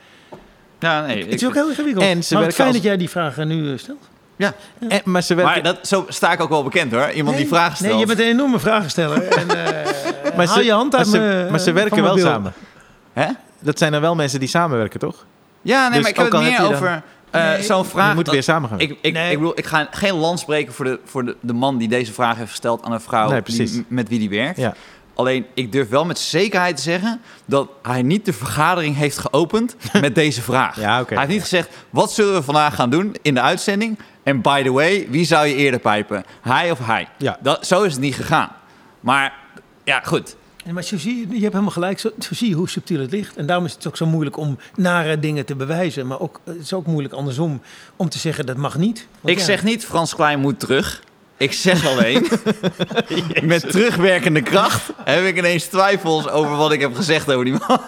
S1: Ja, nee.
S3: Het is ook heel ingewikkeld.
S2: En ze
S3: maar
S2: werken
S3: fijn
S2: als-
S3: dat jij die vragen nu eh, stelt.
S2: En, Eh, maar ze werken,
S1: Maar dat, zo sta ik ook wel bekend hoor. Iemand die
S3: Nee,
S1: vragen stelt.
S3: Nee, je bent een enorme vragensteller. en, eh
S2: maar
S3: hou
S2: ze,
S3: je hand uit
S2: maar ze,
S3: me,
S2: maar ze
S3: eh,
S2: werken
S3: van mijn
S2: wel
S3: bil.
S2: samen.
S1: Hè?
S2: Dat zijn dan wel mensen die samenwerken, toch?
S1: Ja, nee,
S2: Dus
S1: maar ik heb
S2: ook
S1: het
S2: al
S1: meer
S2: heb je dan-
S1: over eh,
S3: Nee,
S1: zo'n vraag.
S2: Je moet
S1: dat-
S2: weer samen gaan.
S1: Ik, ik,
S3: Nee.
S1: ik bedoel, ik ga geen lans breken voor, de, voor de, de man die deze vraag heeft gesteld aan een vrouw
S2: Nee,
S1: die-
S2: precies.
S1: m- met wie die werkt.
S2: Ja.
S1: Alleen, ik durf wel met zekerheid te zeggen dat hij niet de vergadering heeft geopend met deze vraag.
S2: Ja, oké.
S1: Hij heeft niet gezegd, wat zullen we vandaag gaan doen in de uitzending? En by the way, wie zou je eerder pijpen? Hij of hij?
S2: Ja.
S1: Dat, zo is het niet gegaan. Maar, ja, goed.
S3: Ja, maar zo zie je, je hebt helemaal gelijk, zo, zo zie je hoe subtiel het ligt. En daarom is het ook zo moeilijk om nare dingen te bewijzen. Maar ook, het is ook moeilijk andersom om te zeggen dat mag niet. Want
S1: ik
S3: ja,
S1: zeg niet, Frans Klein moet terug. Ik zeg alleen, met terugwerkende kracht heb ik ineens twijfels over wat ik heb gezegd over die man.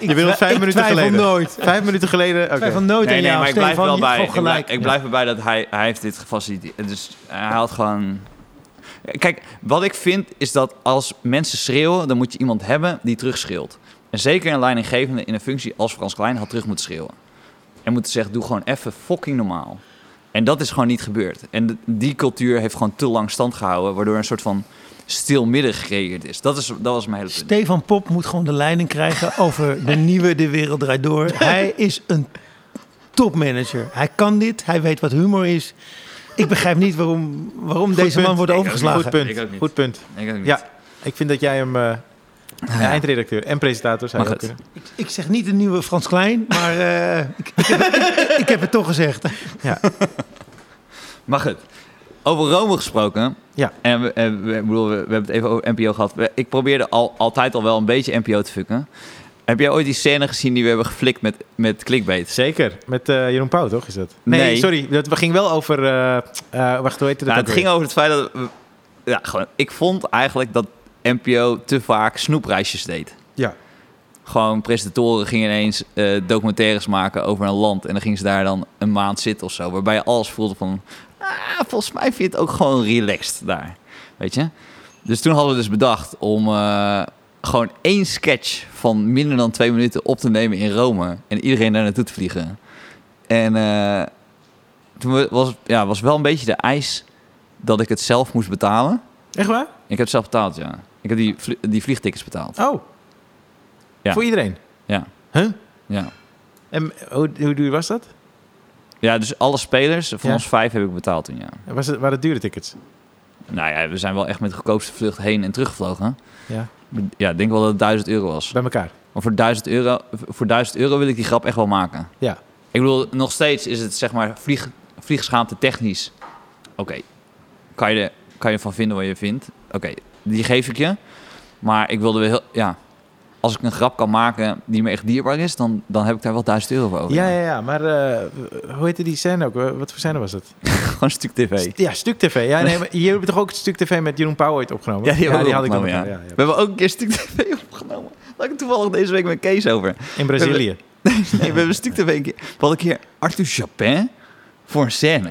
S2: je wil vijf minuten
S3: twijfel
S2: geleden.
S3: nooit.
S2: Vijf minuten geleden. Oké.
S3: Ik twijfel nooit
S1: Nee,
S3: aan
S1: nee,
S3: jou,
S1: maar ik blijf
S3: Oh, Stefan.
S1: wel
S3: Je hebt
S1: bij. Ik
S3: gewoon
S1: blijf,
S3: gelijk.
S1: ik blijf erbij dat hij, hij heeft dit gefaciliteerd. Dus hij had gewoon. Kijk, wat ik vind is dat als mensen schreeuwen, dan moet je iemand hebben die terugschreeuwt. En zeker een leidinggevende in een functie als Frans Klein had terug moeten schreeuwen. En moeten zeggen: doe gewoon even fucking normaal. En dat is gewoon niet gebeurd. En d- die cultuur heeft gewoon te lang stand gehouden, waardoor een soort van stil midden gecreëerd is. Dat, is, dat was mijn hele punt.
S3: Stefan Pop moet gewoon de leiding krijgen over de nieuwe De Wereld Draait Door. Hij is een topmanager. Hij kan dit, hij weet wat humor is. Ik begrijp niet waarom, waarom deze
S2: punt.
S3: man wordt
S1: Ik ook
S3: overgeslagen.
S2: Goed punt.
S1: Ik ook niet.
S2: Goed punt.
S1: Ik ook niet.
S2: Ja, ik vind dat jij hem eh, eindredacteur en presentator zou
S1: Nou Mag
S2: je ook
S1: het.
S2: kunnen.
S3: Ik, ik zeg niet de nieuwe Frans Klein, maar eh, ik, ik, ik- ik heb het toch gezegd.
S1: Maar goed, over Rome gesproken.
S2: Ja.
S1: En we, en we- ik bedoel, we, we hebben het even over NPO gehad. We- Ik probeerde al, altijd al wel een beetje NPO te fucken. Heb jij ooit die scène gezien die we hebben geflikt met, met clickbait?
S2: Zeker. Met eh, Jeroen Pauw, toch? Is dat?
S1: Nee.
S2: sorry. Dat we ging wel over. eh, eh, wacht, hoe heette dat?
S1: Nou,
S2: ook
S1: het ging
S2: weer?
S1: over het feit dat... we- ja, gewoon, ik vond eigenlijk dat NPO te vaak snoepreisjes deed.
S2: Ja.
S1: Gewoon presentatoren gingen ineens eh, documentaires maken over een land. En dan gingen ze daar dan een maand zitten of zo. Waarbij je alles voelde van... Ah, volgens mij vind je het ook gewoon relaxed daar. Weet je? Dus toen hadden we dus bedacht om eh, gewoon één sketch van minder dan twee minuten op te nemen in Rome. En iedereen daar naartoe te vliegen. En eh, toen we- was, ja, was wel een beetje de eis dat ik het zelf moest betalen.
S2: Echt waar?
S1: Ik heb het zelf betaald, ja. Ik heb die, vlie- die vliegtickets betaald.
S2: Oh.
S1: Ja.
S2: Voor iedereen.
S1: Ja.
S2: Huh?
S1: Ja.
S2: En hoe, hoe duur was dat?
S1: Ja, dus alle spelers, van
S2: Ja.
S1: ons vijf heb ik betaald toen, ja.
S2: Was het, waren het dure tickets?
S1: Nou ja, we zijn wel echt met de goedkoopste vlucht heen en terug gevlogen.
S2: Ja.
S1: Ja, ik denk wel dat het 1000 euro was.
S2: Bij elkaar.
S1: Maar voor 1000 euro, voor 1000 euro wil ik die grap echt wel maken.
S2: Ja.
S1: Ik bedoel, nog steeds is het zeg maar vlieg, vliegschaamte technisch. Oké, kan, je er- kan je ervan vinden wat je vindt. Oké, die geef ik je. Maar ik wilde wel heel, ja, als ik een grap kan maken die me echt dierbaar is, dan, dan heb ik daar wel 1000 euro voor over.
S2: Ja, ja, ja. Maar eh, hoe heette die scène ook? Wat voor scène was het?
S1: Gewoon een stuk tv.
S2: Ja, Stuk TV. Ja, nee, maar hier hebben we toch ook Stuk TV met Jeroen Pauw ooit opgenomen?
S1: Ja, die, hebben we ook
S2: had ik dan
S1: opgenomen, ja.
S2: opgenomen,
S1: We hebben ook een keer Stuk TV opgenomen. Daar had ik het toevallig deze week met Kees over.
S2: ja. In Brazilië.
S1: Nee, we hebben Stuk TV een keer... We hadden een keer Arthur Chapin voor een scène.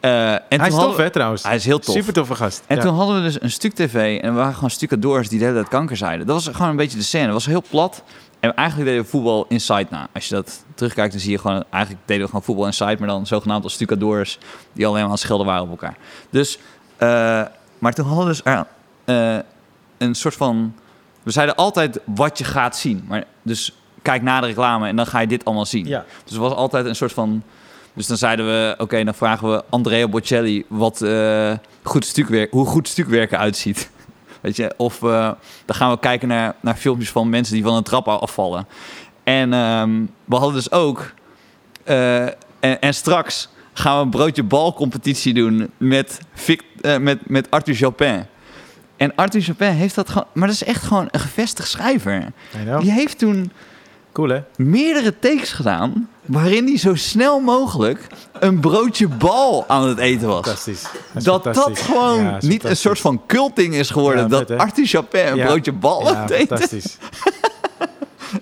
S1: Eh, en toen
S2: Hij is
S1: hadden
S2: tof,
S1: we-
S2: hè, trouwens.
S1: Hij is heel tof.
S2: Super toffe gast.
S1: En
S2: Ja.
S1: toen hadden we dus een stuk tv en we waren gewoon stucadoors die de hele tijd kanker zeiden. Dat was gewoon een beetje de scène. Het was heel plat. En eigenlijk deden we voetbal inside na. Als je dat terugkijkt, dan zie je gewoon... Eigenlijk deden we gewoon voetbal inside, maar dan zogenaamd als stucadoors... die alleen maar aan het schelden waren op elkaar. Dus, eh, maar toen hadden we dus er- eh, een soort van... We zeiden altijd wat je gaat zien. Maar, dus kijk na de reclame en dan ga je dit allemaal zien.
S2: Ja.
S1: Dus het was altijd een soort van... Dus dan zeiden we, oké, dan vragen we Andrea Bocelli wat eh, goed stukwerk, hoe goed stukwerken uitziet. Weet je? Of eh, dan gaan we kijken naar, naar filmpjes van mensen die van een trap afvallen. En ehm, we hadden dus ook... eh, en, en straks gaan we een broodje balcompetitie doen met, Vic- eh, met, met Arthur Chopin. En Arthur Chopin heeft dat gewoon... Maar dat is echt gewoon een gevestigd schrijver.
S2: I know.
S1: Die heeft toen
S2: Cool, hè?
S1: meerdere takes gedaan... waarin hij zo snel mogelijk een broodje bal aan het eten was
S2: Fantastisch. is
S1: dat dat
S2: fantastisch.
S1: gewoon
S2: Ja, is
S1: niet een
S2: fantastisch.
S1: soort van culting is geworden.
S2: Ja,
S1: dat
S2: vet, hè?
S1: Artie Chapin een
S2: Ja.
S1: broodje bal
S2: Ja,
S1: heeft.
S2: fantastisch.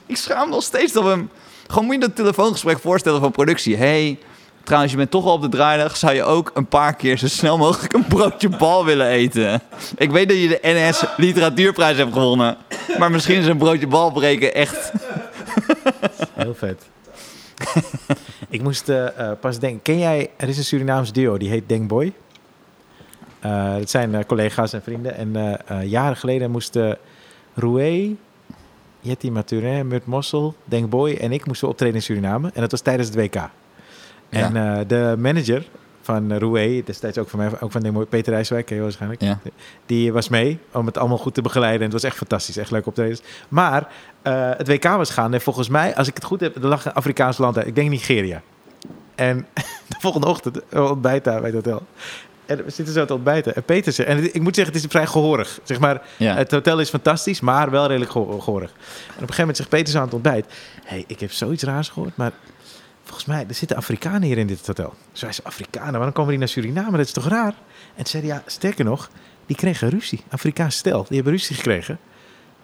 S1: Ik schaam me nog steeds dat we hem... Gewoon moet je dat telefoongesprek voorstellen van productie. hey, trouwens, je bent toch al op de draaidag. Zou je ook een paar keer zo snel mogelijk een broodje bal willen eten? Ik weet dat je de NS Literatuurprijs hebt gewonnen. Maar misschien is een broodje bal breken echt...
S2: Heel vet. ik moest eh, eh, pas denken. Ken jij, er is een Surinaams duo, die heet Denkboy. Eh, dat zijn eh, collega's en vrienden. En eh, eh, jaren geleden moesten Roué, Jetty Maturin, Murt Mossel, Denkboy en ik moesten optreden in Suriname. En dat was tijdens het WK. En eh, de manager van eh, Roué, destijds ook van mij, ook van Denkboy, Peter Rijswijk, ken je waarschijnlijk.
S1: Ja.
S2: Die was mee om het allemaal goed te begeleiden. En het was echt fantastisch, echt leuk optredens. Maar eh, het WK was gaan en volgens mij, als ik het goed heb, er lag een Afrikaans land uit. Ik denk Nigeria. En de volgende ochtend eh, ontbijt daar bij het hotel. En we zitten zo te ontbijten. En Peter zegt, en het- ik moet zeggen, het is vrij gehoorig. Zeg maar, het hotel is fantastisch, maar wel redelijk geho- gehoorig. En op een gegeven moment zegt Peter zo aan het ontbijt... hey, ik heb zoiets raars gehoord, maar volgens mij... er zitten Afrikanen hier in dit hotel. Dus wij zeiden, Afrikanen, waarom komen die naar Suriname? Dat is toch raar? En toen zei hij, ja, sterker nog, die kregen ruzie. Afrikaans stel, die hebben ruzie gekregen...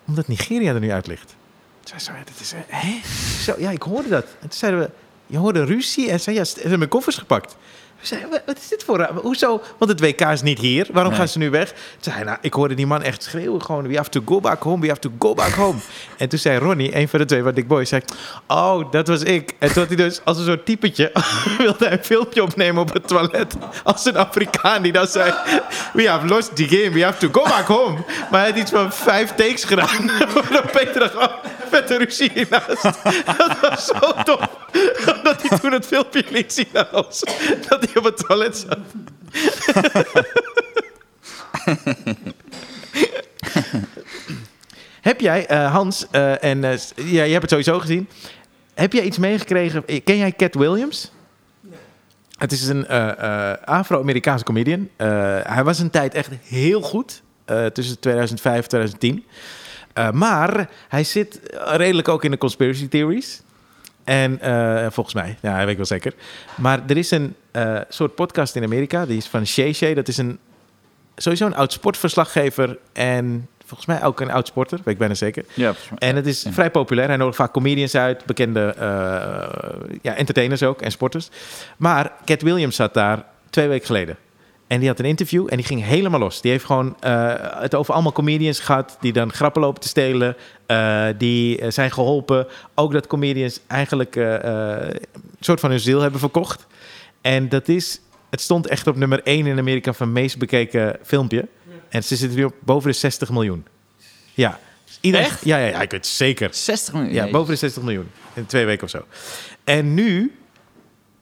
S2: omdat Nigeria er nu uit ligt. Toen zei hij, dat is... eh, Hè? Zo, ja, ik hoorde dat. En toen zeiden we, je hoorde ruzie? En zei, ja, ze hebben mijn koffers gepakt. We zeiden, "Wa- wat is dit voor... raar? Hoezo? Want het WK is niet hier. Waarom
S1: Nee.
S2: gaan ze nu weg? Toen zei hij, nou, ik hoorde die man echt schreeuwen gewoon... We have to go back home, we have to go back home. en toen zei Ronnie, een van de twee, wat Dick Boy, zei... Oh, dat was ik. En toen had hij dus als een soort typetje... wilde hij een filmpje opnemen op het toilet. Als een Afrikaan die dan zei... We have lost the game, we have to go back home. Maar hij had iets van vijf takes gedaan. Waarop Peter dacht, oh, vette ruzie hiernaast. Dat was zo tof. Dat hij toen het filmpje liet zien aan ons. Dat hij op het toilet zat. Heb jij, eh, Hans, eh, en eh, s- ja, je hebt het sowieso gezien. Heb jij iets meegekregen? eh, Ken jij Cat Williams? Het is een eh, eh, Afro-Amerikaanse comedian. Eh, hij was een tijd echt heel goed. eh, tussen 2005 en 2010. Eh, maar hij zit eh, redelijk ook in de conspiracy theories. En eh, volgens mij, ja, dat weet ik wel zeker. Maar er is een eh, soort podcast in Amerika. Die is van Shay Shay. Dat is een sowieso een oud sportverslaggever en volgens mij ook een oud sporter, weet ik bijna zeker.
S1: Ja,
S2: En het is
S1: Ja.
S2: vrij populair. Hij nodigt vaak comedians uit, bekende eh, ja, entertainers ook en sporters. Maar Cat Williams zat daar twee weken geleden. En die had een interview en die ging helemaal los. Die heeft gewoon eh, het over allemaal comedians gehad die dan grappen lopen te stelen. eh, die eh, zijn geholpen. Ook dat comedians eigenlijk eh, eh, een soort van hun ziel hebben verkocht. En dat is, het stond echt op nummer 1 in Amerika van meest bekeken filmpje. En ze zitten nu op boven de 60 miljoen. Ja. Iedereen,
S1: Echt?
S2: Ja, ja, ja, ik weet het zeker.
S1: 60 miljoen.
S2: Ja,
S1: Jezus.
S2: boven de 60 miljoen. In twee weken of zo. En nu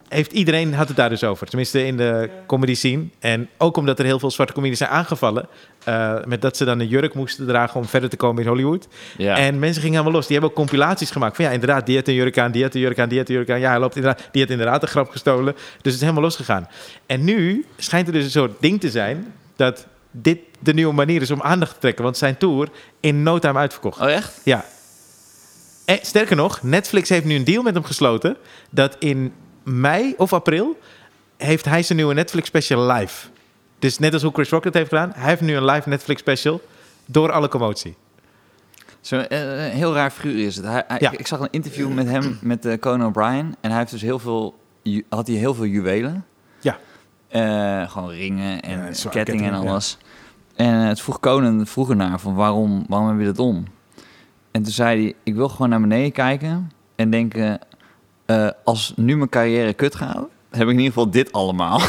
S2: heeft iedereen had het daar dus over. Tenminste in de comedy scene. En ook omdat er heel veel zwarte comedies zijn aangevallen. eh, met dat ze dan een jurk moesten dragen om verder te komen in Hollywood.
S1: Ja.
S2: En mensen gingen helemaal los. Die hebben ook compilaties gemaakt. Van ja, inderdaad, die heeft een jurk aan, die heeft een jurk aan, die heeft een jurk aan. Ja, hij loopt inderdaad, die heeft inderdaad een grap gestolen. Dus het is helemaal losgegaan. En nu schijnt er dus een soort ding te zijn dat dit de nieuwe manier is om aandacht te trekken. Want zijn tour in no time uitverkocht.
S1: Oh, echt?
S2: Ja. En, sterker nog, Netflix heeft nu een deal met hem gesloten. Dat in mei of april heeft hij zijn nieuwe Netflix special live. Dus net als hoe Chris Rock het heeft gedaan, hij heeft nu een live Netflix special door alle commotie.
S1: Zo, eh, een heel raar figuur is het. Hij, hij-
S2: Ja.
S1: ik, ik zag een interview met hem, met eh, Conan O'Brien. En hij heeft dus heel veel, ju- had hij heel veel juwelen.
S2: Ja.
S1: Eh, gewoon ringen en
S2: Ja,
S1: kettingen,
S2: zware
S1: en
S2: kettingen, ja.
S1: alles. En eh, het vroeg Conan vroeger naar van waarom, waarom heb je dat om? En toen zei hij, ik wil gewoon naar beneden kijken en denken... eh, als nu mijn carrière kut gaat, heb ik in ieder geval dit allemaal.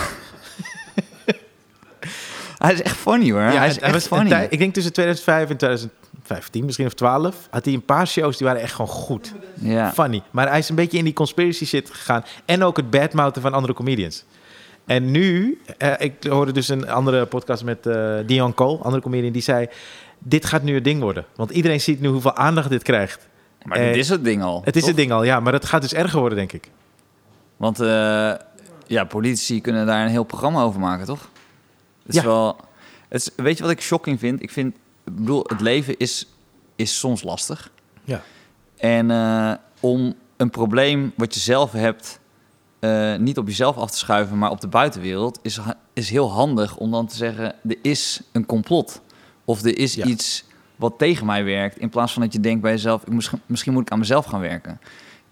S1: hij is echt funny hoor. hij is
S2: en-
S1: echt
S2: was een
S1: funny.
S2: tij- ik denk tussen 2005 en 2015, misschien of 12, had hij een paar shows die waren echt gewoon goed.
S1: Ja.
S2: Funny. Maar hij is een beetje in die conspiracy shit gegaan. En ook het badmouten van andere comedians. En nu, eh, ik hoorde dus een andere podcast met eh, Dion Cole, andere comedian, die zei... dit gaat nu het ding worden. Want iedereen ziet nu hoeveel aandacht dit krijgt.
S1: Maar
S2: Eh,
S1: dit is het ding al.
S2: Het is
S1: toch?
S2: het ding al, ja, maar het gaat dus erger worden, denk ik.
S1: Want eh, ja, politici kunnen daar een heel programma over maken, toch? Het is
S2: Ja.
S1: wel. Het is, weet je wat ik shocking vind? Ik vind, ik bedoel, het leven is, is soms lastig.
S2: Ja.
S1: En eh, om een probleem wat je zelf hebt, eh, niet op jezelf af te schuiven, maar op de buitenwereld, is, ha- is heel handig om dan te zeggen: er is een complot. Of er is
S2: Ja.
S1: iets wat tegen mij werkt. In plaats van dat je denkt bij jezelf: ik, misschien, misschien moet ik aan mezelf gaan werken.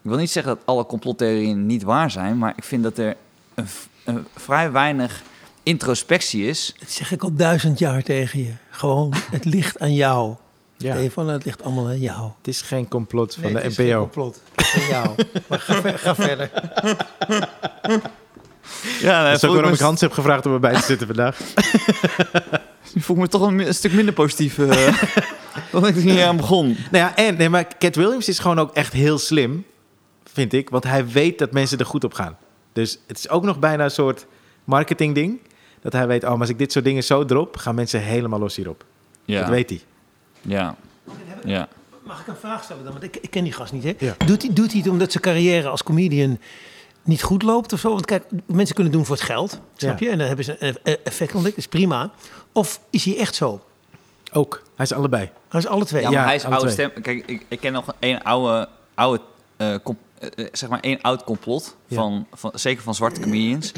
S1: Ik wil niet zeggen dat alle complottheorieën niet waar zijn, maar ik vind dat er een, v- een vrij weinig introspectie is.
S3: Dat zeg ik al duizend jaar tegen je. Gewoon, het ligt aan jou.
S2: Ja.
S3: Stefan, het ligt allemaal aan jou.
S2: Het is geen complot van
S3: Nee,
S2: de
S3: het is geen
S2: NPO.
S3: complot. Het is Aan jou. Maar ga, ver- ga verder.
S1: Ja,
S2: Dat is ook waarom ik Hans heb gevraagd om erbij te zitten vandaag.
S1: voel ik me toch een, mi- een stuk minder positief eh, dan ik er hier aan begon.
S2: Nou ja, en nee, maar Cat Williams is gewoon ook echt heel slim, vind ik. Want hij weet dat mensen er goed op gaan. Dus het is ook nog bijna een soort marketingding. Dat hij weet, oh, maar als ik dit soort dingen zo drop, gaan mensen helemaal los hierop.
S1: Ja,
S2: Dat weet hij.
S1: ja, ja.
S3: Mag ik een vraag stellen dan? Want ik, ik ken die gast niet, hè?
S2: Ja.
S3: Doet, hij, doet hij het omdat zijn carrière als comedian niet goed loopt of zo? Want kijk, mensen kunnen het doen voor het geld, snap
S2: Ja.
S3: je? En dan hebben ze een eh, effect ontdekt, dat is prima. Of is hij echt zo?
S2: Ook. Hij is allebei.
S3: Hij is alle twee.
S1: Ja,
S2: Ja,
S1: maar hij is
S2: alle
S1: oude
S2: twee.
S1: stem. Kijk, ik, ik ken nog één oude, oude eh, com- eh, eh, zeg maar één oud complot
S2: Ja.
S1: van, van, zeker van zwarte comedians.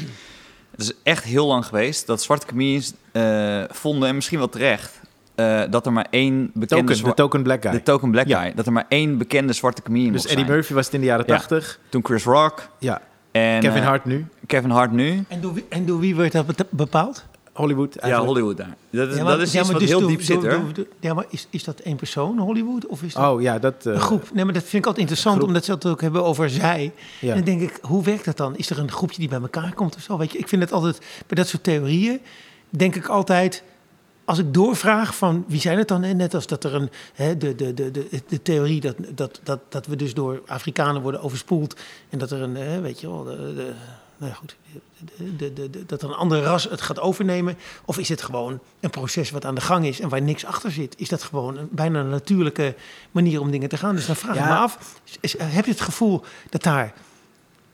S1: Het is echt heel lang geweest dat zwarte comedians eh, vonden en misschien wel terecht eh, dat er maar één bekende
S2: Token, de
S1: zwa-
S2: token black guy.
S1: de token black
S2: Ja.
S1: guy, dat er maar één bekende zwarte comedian
S2: dus
S1: mocht
S2: Eddie
S1: zijn.
S2: Murphy was het in de jaren
S1: Ja.
S2: 80.
S1: Toen Chris Rock
S2: Ja.
S1: en
S2: Kevin
S1: eh,
S2: Hart nu.
S1: Kevin Hart nu.
S3: En, door wie, en door wie werd dat beta- bepaald?
S2: Hollywood
S1: Ja,
S2: eigenlijk.
S1: Hollywood daar. Dat is,
S3: Ja, maar-
S1: dat is
S3: ja,
S1: iets
S3: maar
S1: wat
S3: dus
S1: heel
S3: door-
S1: diep zit,
S3: door-
S1: hoor.
S3: door- door- Ja, maar is, is dat één persoon, Hollywood? Of is dat
S2: Oh ja, dat... eh,
S3: een groep? Nee, maar dat vind ik altijd interessant,
S2: groep.
S3: omdat ze het ook hebben over zij.
S2: Ja.
S3: En dan denk ik, hoe werkt dat dan? Is er een groepje die bij elkaar komt of zo? Weet je, ik vind het altijd, bij dat soort theorieën, denk ik altijd... Als ik doorvraag van wie zijn het dan? En net als dat er een, hè, de, de, de, de, de theorie dat, dat, dat, dat we dus door Afrikanen worden overspoeld. En dat er een, hè, weet je wel, de, de, nou ja, goed, de, de, de, de- dat er een ander ras het gaat overnemen. Of is het gewoon een proces wat aan de gang is en waar niks achter zit? Is dat gewoon een, bijna een natuurlijke manier om dingen te gaan? Dus dan vraag ik
S2: Ja.
S3: me af, is- is- heb je het gevoel dat daar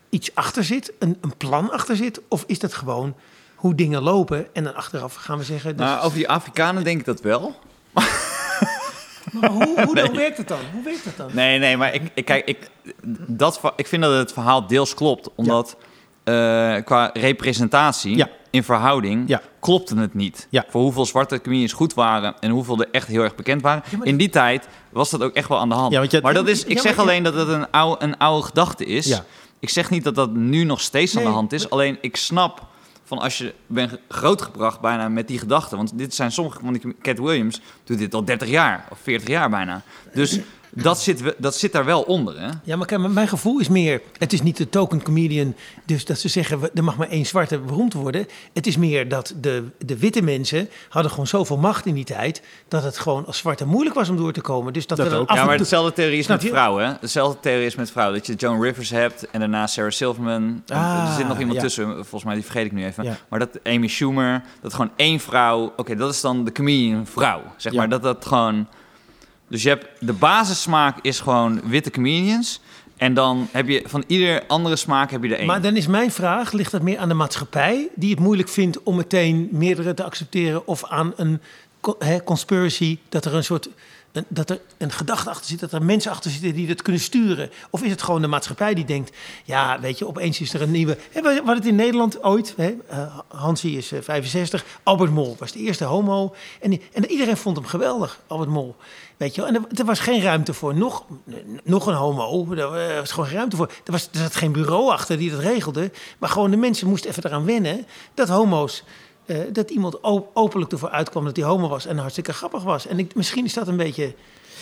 S3: iets achter zit, een, een plan achter zit? Of is dat gewoon hoe dingen lopen en dan achteraf gaan we zeggen... dus-
S1: Nou, over die Afrikanen denk ik dat wel.
S3: Maar hoe, hoe dan werkt het dan? Hoe werkt het dan?
S1: Nee, nee, maar ik, ik, kijk, ik, dat, ver- ik vind dat het verhaal deels klopt. Omdat eh, qua representatie
S2: Ja.
S1: in verhouding
S2: Ja.
S1: klopte het niet.
S2: Ja.
S1: Voor hoeveel zwarte comedians goed waren en hoeveel er echt heel erg bekend waren.
S3: maar-
S1: In die tijd was dat ook echt wel aan de hand.
S2: Ja, want je had-
S1: maar dat is, ik
S3: Ja, maar
S1: zeg
S3: je-
S1: alleen dat het een oude, een oude gedachte is.
S2: Ja.
S1: Ik zeg niet dat dat nu nog steeds aan de
S3: Nee,
S1: hand is. Alleen ik snap van als je bent ge- grootgebracht bijna met die gedachten. Want dit zijn sommige, want ik- Cat Williams doet dit al 30 jaar of 40 jaar bijna. Dus dat zit, we- dat zit daar wel onder, hè?
S3: Ja, maar kijk, maar mijn gevoel is meer... Het is niet de token comedian, dus dat ze zeggen... we- er mag maar één zwarte beroemd worden. Het is meer dat de, de witte mensen hadden gewoon zoveel macht in die tijd... dat het gewoon als zwarte moeilijk was om door te komen. Dus dat,
S2: Dat
S3: we dan
S2: ook.
S3: af
S1: Ja,
S3: en
S1: maar
S3: toe-
S1: hetzelfde theorie is
S3: Snap
S1: met
S3: je?
S1: vrouwen, hè? Hetzelfde theorie is met vrouwen. Dat je Joan Rivers hebt en daarna Sarah Silverman. En er
S2: Ah,
S1: zit nog iemand
S2: ja.
S1: tussen, volgens mij, die vergeet ik nu even.
S2: Ja.
S1: Maar dat Amy Schumer, dat gewoon één vrouw... Oké, dat is dan de comedian vrouw, zeg
S2: Ja.
S1: maar. Dat dat gewoon... Dus je hebt de basissmaak is gewoon witte comedians. En dan heb je van ieder andere smaak heb je er één.
S3: Maar dan is mijn vraag, ligt dat meer aan de maatschappij... die het moeilijk vindt om meteen meerdere te accepteren... of aan een co- hè, conspiracy, dat er een soort... een- dat er een gedachte achter zit, dat er mensen achter zitten die dat kunnen sturen. Of is het gewoon de maatschappij die denkt... ja, weet je, opeens is er een nieuwe... Hè, we we hadden het in Nederland ooit, hè, eh, Hansie is eh, 65... Albert Mol was de eerste homo. En, die- en iedereen vond hem geweldig, Albert Mol. Weet je wel? En er, er was geen ruimte voor nog, nog een homo. Er eh, was gewoon geen ruimte voor. Er, was, er zat geen bureau achter die dat regelde. Maar gewoon de mensen moesten even eraan wennen dat homo's. eh, dat iemand op- openlijk ervoor uitkwam dat hij homo was en hartstikke grappig was. En ik, misschien is dat een beetje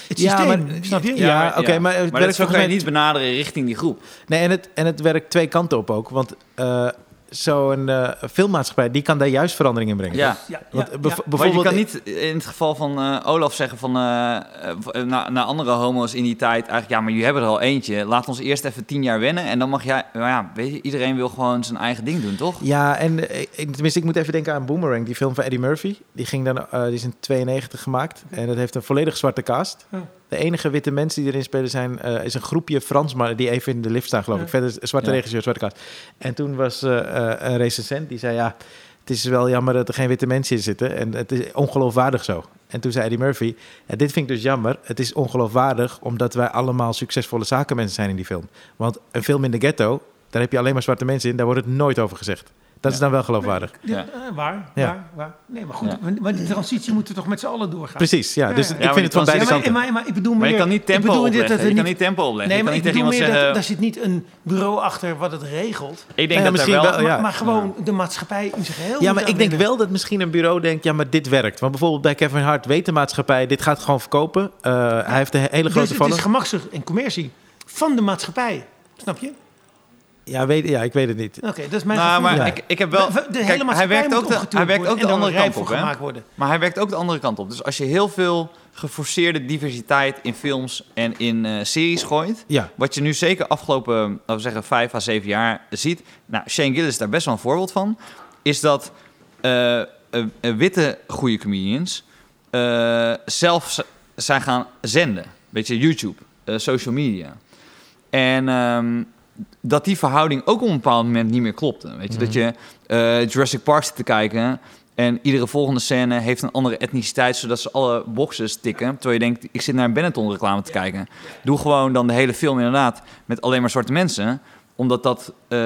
S3: het
S2: Ja,
S3: systeem.
S2: maar-
S3: snap je?
S2: Ja, oké, maar het
S1: maar
S2: werkt
S1: dat zo
S2: volgens
S1: kan je
S2: mij-
S1: niet benaderen richting die groep.
S2: Nee, en het, en het werkt twee kanten op ook. Want eh, zo'n eh, filmmaatschappij, die kan daar juist verandering in brengen.
S1: Ja.
S3: Ja,
S2: Want,
S3: ja,
S2: eh, bev-
S3: ja.
S1: Maar je
S2: bijvoorbeeld,
S1: kan niet in het geval van eh, Olaf zeggen van, eh, eh, v- eh, naar naar andere homo's in die tijd, eigenlijk, ja, maar jullie hebben er al eentje. Laat ons eerst even tien jaar wennen en dan mag jij, maar ja, weet je, iedereen wil gewoon zijn eigen ding doen, toch?
S2: Ja, en eh, ik- tenminste, ik moet even denken aan Boomerang, die film van Eddie Murphy. Die, ging dan, eh, die is in 92 gemaakt en dat heeft een volledig zwarte cast.
S3: Ja.
S2: De enige witte mensen die erin spelen zijn, eh, is een groepje Fransmannen die even in de lift staan, geloof
S3: Ja.
S2: ik. Verder is een zwarte
S1: Ja.
S2: regisseur, zwarte cast. En toen was eh, eh, een recensent die zei, ja, het is wel jammer dat er geen witte mensen in zitten. En het is ongeloofwaardig zo. En toen zei Eddie Murphy, "Ja, dit vind ik dus jammer. Het is ongeloofwaardig omdat wij allemaal succesvolle zakenmensen zijn in die film. Want een film in de ghetto, daar heb je alleen maar zwarte mensen in. Daar wordt het nooit over gezegd. Dat is
S1: Ja.
S2: dan wel geloofwaardig.
S3: Ja,
S1: Ja.
S3: eh, waar,
S2: Ja.
S3: waar, waar. Nee, maar goed,
S1: Ja.
S3: want- want die transitie moeten we toch met z'n allen doorgaan.
S2: Precies, ja. Dus
S3: Ja, ja.
S2: ik
S1: Ja, maar
S2: vind het van
S1: die
S3: Ja,
S2: beide
S1: transitie-
S3: maar,
S2: kanten.
S3: maar, maar ik bedoel
S1: Maar
S3: meer...
S1: je kan niet
S3: ik
S1: tempo
S3: bedoel dit
S1: opleggen.
S3: dat er
S1: Je kan
S3: niet-
S1: niet tempo opleggen.
S3: Nee,
S1: je
S3: maar
S1: kan niet
S3: ik
S1: tegen
S3: bedoel
S1: iemand
S3: meer
S1: zeggen...
S3: dat daar zit niet een bureau achter wat het regelt.
S1: ik denk
S2: Ja,
S1: dat er
S2: misschien
S1: wel...
S2: wel, ja.
S3: Maar, maar gewoon de maatschappij in zijn
S1: Oh,
S3: geheel.
S2: Ja,
S3: moet
S2: maar ik denk
S3: aanwinnen.
S2: wel dat misschien een bureau denkt, ja, maar dit werkt. Want bijvoorbeeld bij Kevin Hart weet de maatschappij, dit gaat gewoon verkopen. Eh, hij heeft een hele
S3: Dus
S2: grote
S3: het
S2: vallen.
S3: is gemakzucht en commercie van de maatschappij. Snap je?
S2: Ja, weet, ja, ik weet het niet.
S3: Oké, dat is mijn
S1: nou,
S3: gevoel.
S1: maar
S2: Ja.
S1: ik, ik heb wel...
S3: de hele
S1: kijk, hij
S3: maatschappij
S1: werkt
S3: moet
S1: ook de, hij
S3: opgetuurd
S1: werkt
S3: worden
S1: ook
S3: en
S1: de
S3: er
S1: andere
S3: rijp
S1: kant
S3: voor
S1: op, hè?
S3: gemaakt worden.
S1: Maar hij werkt ook de andere kant op. Dus als je heel veel geforceerde diversiteit in films en in eh, series gooit...
S2: Ja,
S1: Wat je nu zeker afgelopen, laten we zeggen, vijf à zeven jaar ziet... Nou, Shane Gillis is daar best wel een voorbeeld van. Is dat eh, eh, eh, witte goede comedians eh, zelf z- zijn gaan zenden. Weet je, YouTube, eh, social media. En ehm, dat die verhouding ook op een bepaald moment niet meer klopte. Weet je, dat je eh, Jurassic Park zit te kijken... En iedere volgende scène heeft een andere etniciteit, zodat ze alle boxes tikken. Terwijl je denkt, ik zit naar een Benetton-reclame te kijken. Doe gewoon dan de hele film inderdaad met alleen maar zwarte mensen. Omdat dat, eh,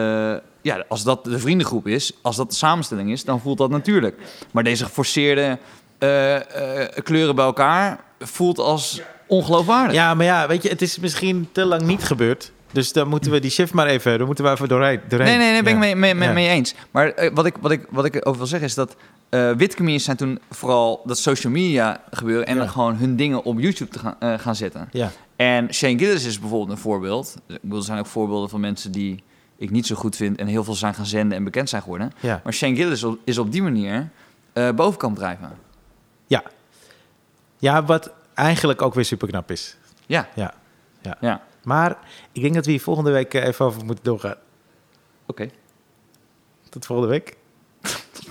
S1: ja, als dat de vriendengroep is, als dat de samenstelling is, dan voelt dat natuurlijk. Maar deze geforceerde eh, eh, kleuren bij elkaar voelt als ongeloofwaardig.
S2: ja maar ja, weet je, het is misschien te lang niet gebeurd. Dus dan moeten we die shift maar even, dan moeten we even doorheen. doorheen.
S1: Nee, nee, nee, ben
S2: Ja.
S1: ik mee, mee, mee,
S2: Ja.
S1: mee eens. Maar eh, wat, ik, wat, ik, wat ik over wil zeggen is dat eh wit comedians zijn toen vooral dat social media gebeuren en
S2: Ja.
S1: dan gewoon hun dingen op YouTube te gaan, eh, gaan zetten.
S2: Ja.
S1: En Shane Gillis is bijvoorbeeld een voorbeeld. Dus Ik bedoel, er zijn ook voorbeelden van mensen die ik niet zo goed vind en heel veel zijn gaan zenden en bekend zijn geworden.
S2: Ja.
S1: Maar Shane Gillis op- is op die manier eh bovenkant drijven.
S2: Ja. ja, wat eigenlijk ook weer super knap is.
S1: Ja.
S2: Ja. ja.
S1: Ja.
S2: Maar ik denk dat we hier volgende week eh, even over moeten doorgaan.
S1: Oké.
S2: Tot volgende week.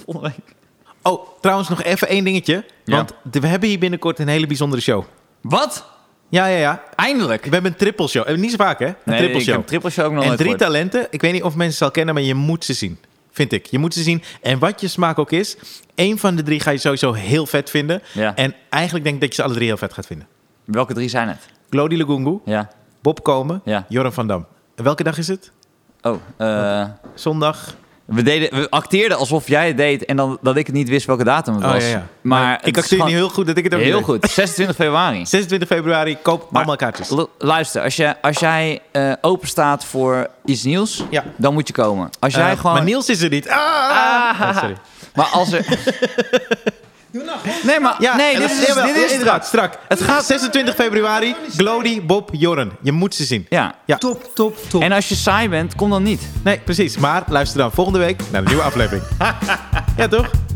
S1: Volgende week.
S2: Oh, trouwens nog even één dingetje.
S1: Ja.
S2: Want de- we hebben hier binnenkort een hele bijzondere show.
S1: Wat?
S2: Ja, ja, ja.
S1: Eindelijk.
S2: We hebben een triple show. Eh, Niet zo vaak, hè? Een
S1: Nee,
S2: triple
S1: ik
S2: show.
S1: heb triple show ook nog
S2: en
S1: nooit
S2: drie
S1: gehoord.
S2: talenten. Ik weet niet of mensen ze al kennen, maar je moet ze zien. Vind ik. Je moet ze zien. En wat je smaak ook is, één van de drie ga je sowieso heel vet vinden.
S1: Ja.
S2: En eigenlijk denk ik dat je ze alle drie heel vet gaat vinden.
S1: Welke drie zijn het?
S2: Glody Lugungu,
S1: Ja.
S2: Bob Komen,
S1: Ja.
S2: Joram van Dam. En welke dag is het?
S1: Oh, eh...
S2: Zondag.
S1: We, deden, we acteerden alsof jij het deed en dan, dat ik het niet wist welke datum het
S2: Oh,
S1: was.
S2: ja, ja.
S1: Maar het
S2: ik
S1: is
S2: acteer
S1: gewoon
S2: nu heel goed dat ik het ook niet
S1: heel
S2: weet.
S1: goed. 26 februari.
S2: 26 februari, koop
S1: Maar-
S2: allemaal kaartjes.
S1: Lu- Luister, als, je, als jij eh open staat voor iets nieuws,
S2: Ja.
S1: dan moet je komen. Als jij
S2: Eh,
S1: gewoon.
S2: Maar Niels is er niet. Ah!
S1: Ah.
S2: Oh, sorry.
S1: maar als er. Nee, maar.
S2: Ja,
S1: nee,
S2: en
S1: dit
S2: dat-
S1: is,
S2: jawel,
S1: dit is
S2: inderdaad, strak. Het gaat 26 februari. Glody, Bob, Jorren. Je moet ze zien.
S1: Ja.
S2: Ja.
S3: Top, top, top.
S1: En als je saai bent, kom dan niet.
S2: Nee, precies. Maar luister dan volgende week naar de nieuwe aflevering. ja, toch?